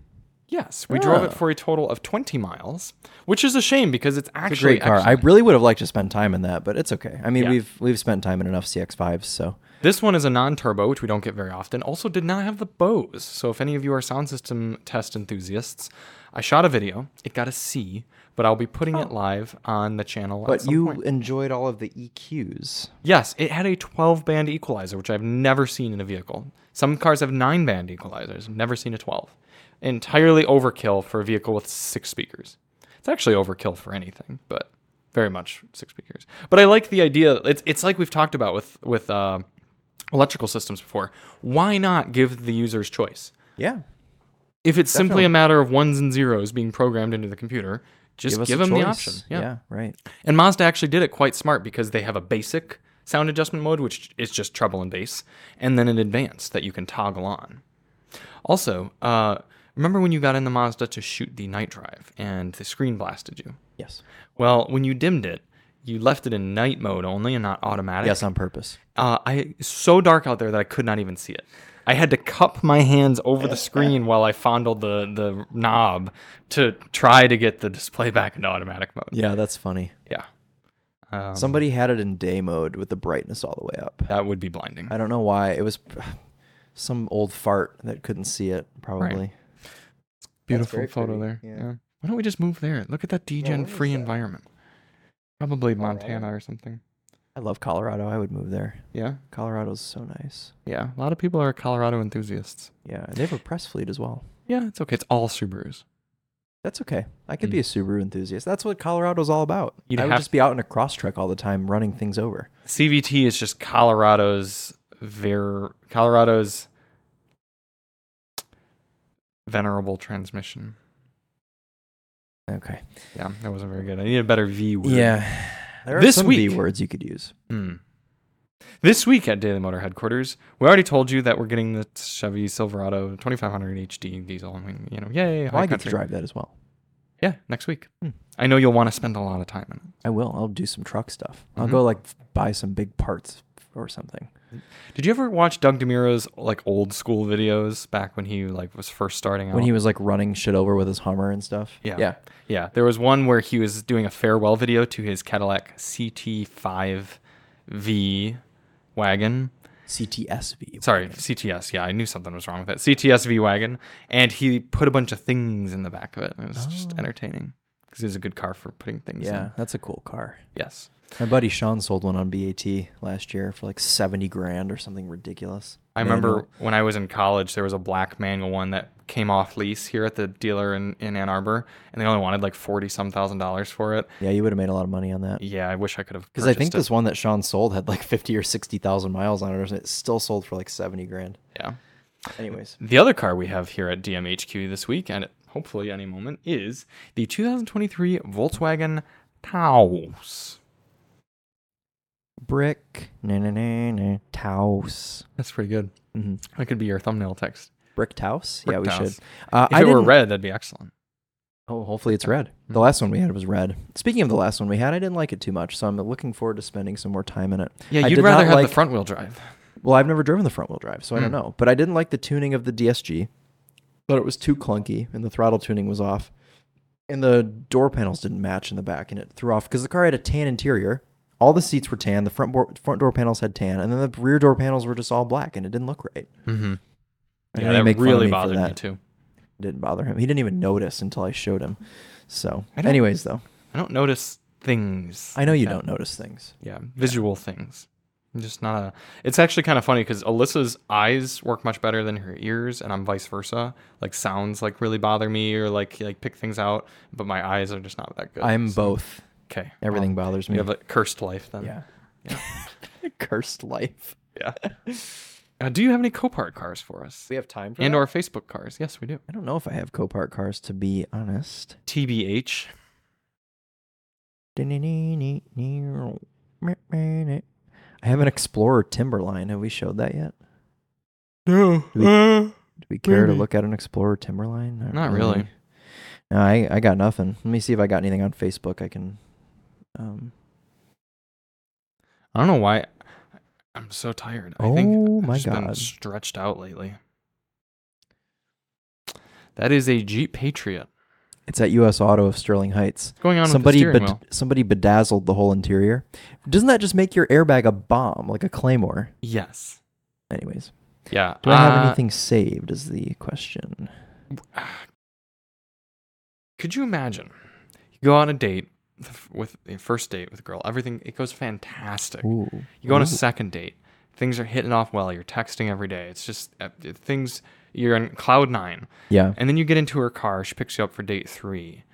Speaker 1: Yes, we drove
Speaker 2: Ah.
Speaker 1: it for a total of 20 miles, which is a shame because it's
Speaker 2: It's a
Speaker 1: actually
Speaker 2: great car. I
Speaker 1: excellent.
Speaker 2: really would have liked to spend time in that, but it's okay. I mean,
Speaker 1: Yeah.
Speaker 2: we've we've spent time in enough CX5s, so
Speaker 1: This one is a non-turbo, which we don't get very often. Also, did not have the Bose. So, if any of you are sound system test enthusiasts, I shot a video. It got a C, but I'll be putting it live on the channel. at
Speaker 2: But
Speaker 1: some
Speaker 2: you
Speaker 1: point.
Speaker 2: enjoyed all of the E EQs.
Speaker 1: Yes, it had a 12 band equalizer, which I've never seen in a vehicle. Some cars have 9 band equalizers, never seen a 12. entirely overkill for a vehicle with six speakers. It's actually overkill for anything, but very much six speakers. But I like the idea. It's it's like we've talked about with with uh, electrical systems before. Why not give the users choice?
Speaker 2: Yeah.
Speaker 1: If it's simply
Speaker 2: Definitely.
Speaker 1: a matter of ones and zeros being programmed into the computer, just
Speaker 2: us
Speaker 1: give
Speaker 2: a
Speaker 1: them the
Speaker 2: choice.
Speaker 1: option.
Speaker 2: yeah. Right.
Speaker 1: And Mazda actually did it quite smart because they have a basic sound adjustment mode, which is just treble and bass, and then an advanced that you can toggle on. Also, uh, remember when you got in the Mazda to shoot the night drive and the screen blasted you?
Speaker 2: Yes.
Speaker 1: Well, when you dimmed it, you left it in night mode only and not automatic.
Speaker 2: Yes, on purpose.
Speaker 1: Uh, I it's so dark out there that I could not even see it. I had to cup my hands over the screen while I fondled the the knob to try to get the display back into automatic mode.
Speaker 2: Yeah, that's funny.
Speaker 1: Yeah. Um,
Speaker 2: Somebody had it in day mode with the brightness all the way up.
Speaker 1: That would be blinding.
Speaker 2: I don't know why. It was some old fart that couldn't see it, probably.
Speaker 1: Beautiful
Speaker 2: very
Speaker 1: photo
Speaker 2: pretty,
Speaker 1: there.
Speaker 2: yeah.
Speaker 1: Yeah. Why don't we just move there? Look at that
Speaker 2: Yeah,
Speaker 1: DGen
Speaker 2: where is
Speaker 1: free
Speaker 2: that? Oh,
Speaker 1: environment. Probably Montana or something.
Speaker 2: I love Colorado. I would move there.
Speaker 1: Yeah.
Speaker 2: Colorado's so nice.
Speaker 1: Yeah. A lot of people are Colorado enthusiasts.
Speaker 2: Yeah, and they have a press fleet as well.
Speaker 1: Yeah, it's okay. It's all Subarus.
Speaker 2: That's okay. I could be a Subaru enthusiast. That's what Colorado's all about.
Speaker 1: Mm. You'd
Speaker 2: I would
Speaker 1: have-
Speaker 2: just be out in a cross truck all the time running things over.
Speaker 1: CVT is just Colorado's ver Colorado's venerable transmission.
Speaker 2: Okay.
Speaker 1: Yeah, that wasn't very good. I need a better V word.
Speaker 2: Yeah. There are
Speaker 1: This
Speaker 2: some B
Speaker 1: week-
Speaker 2: words you could use.
Speaker 1: Hmm. This week at Daily Motor headquarters, we already told you that we're getting the Chevy Silverado 2500 HD diesel. I mean, you know, yay!
Speaker 2: Well,
Speaker 1: high
Speaker 2: I get to
Speaker 1: country.
Speaker 2: drive that as well.
Speaker 1: Yeah, next week.
Speaker 2: Hmm.
Speaker 1: I know you'll want to spend a lot of time on it.
Speaker 2: I will. I'll do some truck stuff. I'll
Speaker 1: Mhm.
Speaker 2: go like buy some big parts or something.
Speaker 1: Did you ever watch Doug DeMiro's like old school videos back when he like was first starting out?
Speaker 2: When he was like running shit over with his Hummer and stuff.
Speaker 1: Oh. Yeah.
Speaker 2: Yeah.
Speaker 1: Yeah, there was one where he was doing a farewell video to his Cadillac CT5V wagon.
Speaker 2: CTSV.
Speaker 1: Sorry, CTS. Yeah, I knew something was wrong with that. CTSV wagon, and he put a bunch of things in the back of it. It was just
Speaker 2: Oh.
Speaker 1: entertaining because it was a good car for putting things.
Speaker 2: Yeah,
Speaker 1: in.
Speaker 2: that's a cool car.
Speaker 1: Yes.
Speaker 2: My buddy Sean sold one on BAT last year for like 70 grand or something ridiculous.
Speaker 1: I remember when I was in college, there was a black manual one that came off lease here at the dealer in, in Ann Arbor, and they only wanted like forty some thousand dollars for it.
Speaker 2: Yeah, you would have made a lot of money on that.
Speaker 1: Yeah, I wish I could have.
Speaker 2: Because I think
Speaker 1: purchased it.
Speaker 2: this one that Sean sold had like 50 or 60,000 miles on it, or something. it still sold for like 70 grand.
Speaker 1: Yeah.
Speaker 2: Anyways,
Speaker 1: The other car we have here at DMHQ this week, and hopefully any moment, is the 2023 Volkswagen Taos.
Speaker 2: brick, na na na na, Taos.
Speaker 1: That's pretty good.
Speaker 2: Mhm.
Speaker 1: That could be your thumbnail text.
Speaker 2: Brick Taos?
Speaker 1: Brick
Speaker 2: yeah, we
Speaker 1: Taos.
Speaker 2: should. Uh,
Speaker 1: If
Speaker 2: I
Speaker 1: it were
Speaker 2: didn't-
Speaker 1: red, Mm-hmm. that'd be excellent.
Speaker 2: Oh, hopefully it's red. The last one we had was red. Speaking of the last one we had, I didn't like it too much, so I'm looking forward to spending some more time in it.
Speaker 1: Yeah,
Speaker 2: I
Speaker 1: you'd
Speaker 2: did
Speaker 1: rather
Speaker 2: not
Speaker 1: have
Speaker 2: like,
Speaker 1: the front wheel drive.
Speaker 2: Well, I've never driven the front wheel drive, so I don't
Speaker 1: Hmm.
Speaker 2: know. But I didn't like the tuning of the DSG. Thought it was too clunky, and the throttle tuning was off, and the door panels didn't match in the back, and it threw off because the car had a tan interior. All the seats were tan. The front bo- front door panels had tan, and then the rear door panels were just all black, and it didn't look right.
Speaker 1: Mm-hmm.
Speaker 2: I know
Speaker 1: Yeah,
Speaker 2: you
Speaker 1: that
Speaker 2: make fun of
Speaker 1: really
Speaker 2: me for
Speaker 1: bothered me
Speaker 2: that.
Speaker 1: too.
Speaker 2: It didn't bother him. He didn't even notice until I showed him. So,
Speaker 1: I don't-
Speaker 2: anyways, though,
Speaker 1: I don't notice things.
Speaker 2: I know you
Speaker 1: Yeah.
Speaker 2: don't notice things.
Speaker 1: Yeah, visual things. I'm just not a. It's actually kind of funny because Alyssa's eyes work much better than her ears, and I'm vice versa. Like sounds like really bother me or like like pick things out, but my eyes are just not that good.
Speaker 2: I'm
Speaker 1: so-
Speaker 2: both.
Speaker 1: Okay.
Speaker 2: Everything
Speaker 1: well,
Speaker 2: bothers me.
Speaker 1: you have a cursed life then.
Speaker 2: yeah.
Speaker 1: Yeah.
Speaker 2: Cursed life.
Speaker 1: Yeah. Uh, do you have any Copart cars for us?
Speaker 2: We have time for
Speaker 1: And or Facebook cars? Yes, we do.
Speaker 2: I don't know if I have Copart cars to be honest.
Speaker 1: TBH.
Speaker 2: I have an Explorer Timberline. Have we showed that yet?
Speaker 1: No.
Speaker 2: We- Do we care to
Speaker 1: Maybe.
Speaker 2: look at an Explorer Timberline?
Speaker 1: Not really.
Speaker 2: No, I, I got nothing. Let me see if I got anything on Facebook I can um
Speaker 1: I don't know why. I'm so tired. I
Speaker 2: Oh
Speaker 1: think I've
Speaker 2: my
Speaker 1: just been
Speaker 2: God.
Speaker 1: stretched out lately. That is a Jeep Patriot.
Speaker 2: it's at US Auto of Sterling Heights.
Speaker 1: What's going on
Speaker 2: Somebody
Speaker 1: with the steering
Speaker 2: bed-
Speaker 1: wheel?
Speaker 2: somebody bedazzled the whole interior. Doesn't that just make your airbag a bomb, like a claymore?
Speaker 1: Yes.
Speaker 2: Anyways.
Speaker 1: Yeah.
Speaker 2: Do I have
Speaker 1: uh,
Speaker 2: anything saved is the question.
Speaker 1: Could you imagine? You go on a date with- with the first date with a girl. Everything it goes fantastic.
Speaker 2: Ooh.
Speaker 1: You go on a
Speaker 2: Ooh.
Speaker 1: second date. Things are hitting off well. You're texting every day. It's just uh, things. you're in cloud nine.
Speaker 2: Yeah.
Speaker 1: And then you get into her car. She picks you up for date three,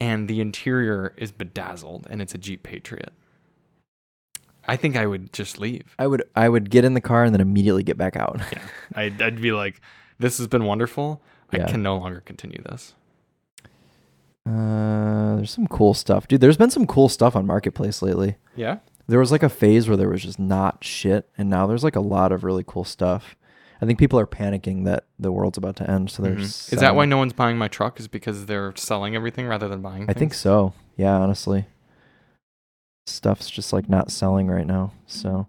Speaker 1: and the interior is bedazzled, and it's a Jeep Patriot. I think I would just leave.
Speaker 2: I would I would get in the car and then immediately get back out.
Speaker 1: Yeah, I'd, I'd be like, "This has been wonderful.
Speaker 2: Yeah.
Speaker 1: I can no longer continue this."
Speaker 2: Uh, there's some cool stuff, dude. There's been some cool stuff on Marketplace lately.
Speaker 1: Yeah,
Speaker 2: There was like a phase where there was just not shit, and now there's like a lot of really cool stuff. I think people are panicking that the world's about to end, so they're.
Speaker 1: Mm-hmm. is that why
Speaker 2: selling-
Speaker 1: no one's buying my truck? Is because they're selling everything rather than buying?
Speaker 2: I think
Speaker 1: things?
Speaker 2: so. Yeah, honestly, stuff's just like not selling right now. So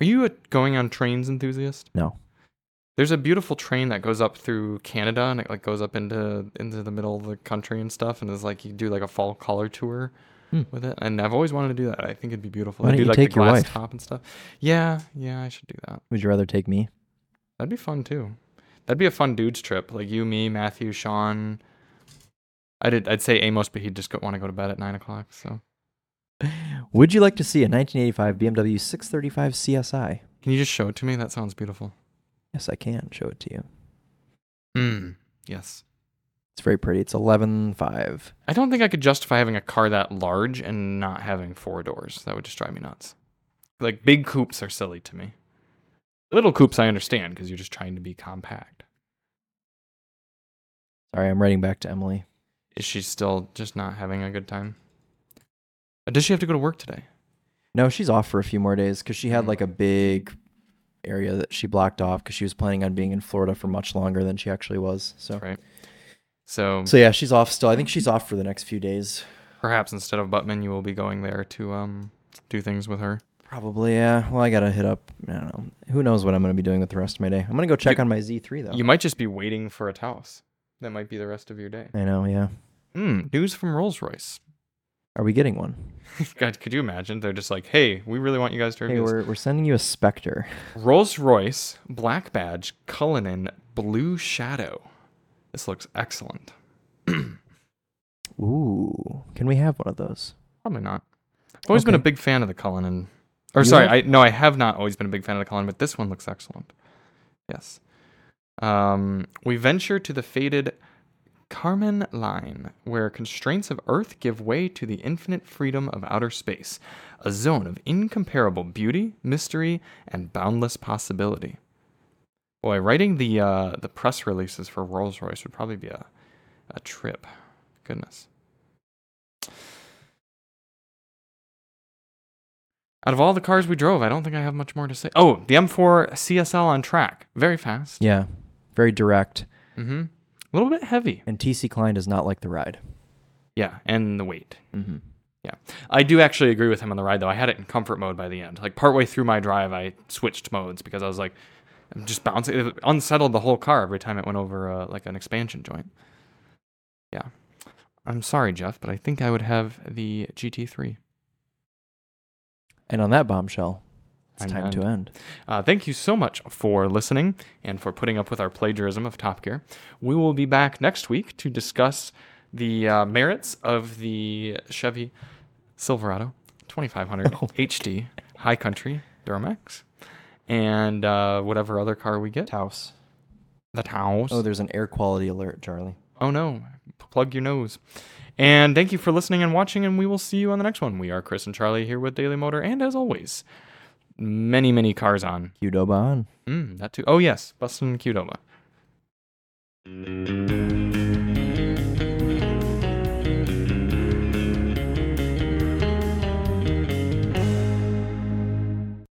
Speaker 1: Are you a going on trains enthusiast?
Speaker 2: No.
Speaker 1: There's a beautiful train that goes up through Canada and it like goes up into into the middle of the country and stuff and it's like you do like a fall color tour
Speaker 2: Hmm.
Speaker 1: with it. And I've always wanted to do that. I think it'd be beautiful.
Speaker 2: Why
Speaker 1: I
Speaker 2: don't
Speaker 1: do
Speaker 2: you
Speaker 1: like
Speaker 2: take
Speaker 1: the
Speaker 2: your
Speaker 1: glass
Speaker 2: wife?
Speaker 1: top and stuff. Yeah, yeah, I should do that.
Speaker 2: would you rather take me?
Speaker 1: That'd be fun too. That'd be a fun dudes trip. Like you, me, Matthew, Sean. I did I'd say Amos, but he'd just go, want to go to bed at nine o'clock, so
Speaker 2: Would you like to see a 1985 BMW 635 CSI?
Speaker 1: can you just show it to me? That sounds beautiful.
Speaker 2: Yes, I can show it to you.
Speaker 1: Mm. Yes.
Speaker 2: It's very pretty. It's 11.5.
Speaker 1: I don't think I could justify having a car that large and not having four doors. That would just drive me nuts. Like big coupes are silly to me. Little coupes I understand because you're just trying to be compact.
Speaker 2: Sorry, I'm writing back to Emily.
Speaker 1: Is she still just not having a good time? Uh, Does she have to go to work today?
Speaker 2: No, she's off for a few more days because she had
Speaker 1: Mm.
Speaker 2: like a big area that she blocked off because she was planning on being in Florida for much longer than she actually was. So,
Speaker 1: Right. So
Speaker 2: so yeah, she's off still. I think she's off for the next few days.
Speaker 1: perhaps instead of Buttman, you will be going there to um do things with her.
Speaker 2: Probably, yeah. Well, I gotta hit up. I don't know. Who knows what I'm gonna be doing with the rest of my day? I'm gonna go check
Speaker 1: You-
Speaker 2: on my Z3 though.
Speaker 1: You might just be waiting for a house. That might be the rest of your day.
Speaker 2: I know. Yeah.
Speaker 1: Mm, news from Rolls Royce.
Speaker 2: Are we getting one?
Speaker 1: God, could you imagine? They're just like, hey, we really want you guys to
Speaker 2: Hey,
Speaker 1: review this.
Speaker 2: we're we're sending you a Spectre.
Speaker 1: Rolls Royce Black Badge Cullinan Blue Shadow. This looks excellent.
Speaker 2: Ooh, can we have one of those?
Speaker 1: Probably not. I've always been a
Speaker 2: Okay.
Speaker 1: big fan of the Cullinan. Or
Speaker 2: You
Speaker 1: sorry,
Speaker 2: have?
Speaker 1: I no, I have not always been a big fan of the Cullinan, but this one looks excellent. Yes. Um, we venture to the faded Carmen line, where constraints of Earth give way to the infinite freedom of outer space, a zone of incomparable beauty, mystery, and boundless possibility. Boy, writing the uh, the press releases for Rolls Royce would probably be a a trip. Goodness. Out of all the cars we drove, I don't think I have much more to say. Oh, the M4 CSL on track, very fast.
Speaker 2: Yeah, very direct.
Speaker 1: Mm-hmm. A little bit heavy.
Speaker 2: And TC Klein does not like the ride.
Speaker 1: Yeah, and the weight.
Speaker 2: Mm-hmm.
Speaker 1: Yeah. I do actually agree with him on the ride, though. I had it in comfort mode by the end. Like, partway through my drive, I switched modes because I was like, I'm just bouncing. It unsettled the whole car every time it went over, uh, like, an expansion joint. Yeah. I'm sorry, Jeff, but I think I would have the GT3.
Speaker 2: And on that bombshell, it's
Speaker 1: I'm
Speaker 2: time
Speaker 1: done.
Speaker 2: to end.
Speaker 1: Uh, thank you so much for listening and for putting up with our plagiarism of Top Gear. We will be back next week to discuss the uh, merits of the Chevy Silverado 2500
Speaker 2: Oh my
Speaker 1: HD High Country Duramax and uh, whatever other car we get.
Speaker 2: Taos.
Speaker 1: The Taos.
Speaker 2: Oh,
Speaker 1: Oh,
Speaker 2: there's an air quality alert, Charlie.
Speaker 1: no. P- Plug your nose. And thank you for listening and watching, and we will see you on the next one. We are Chris and Charlie here with Daily Motor, and as always, many, many cars on. Hmm,
Speaker 2: Qdoba on.
Speaker 1: Mm, that too. Oh, yes. Bustin' Qdoba.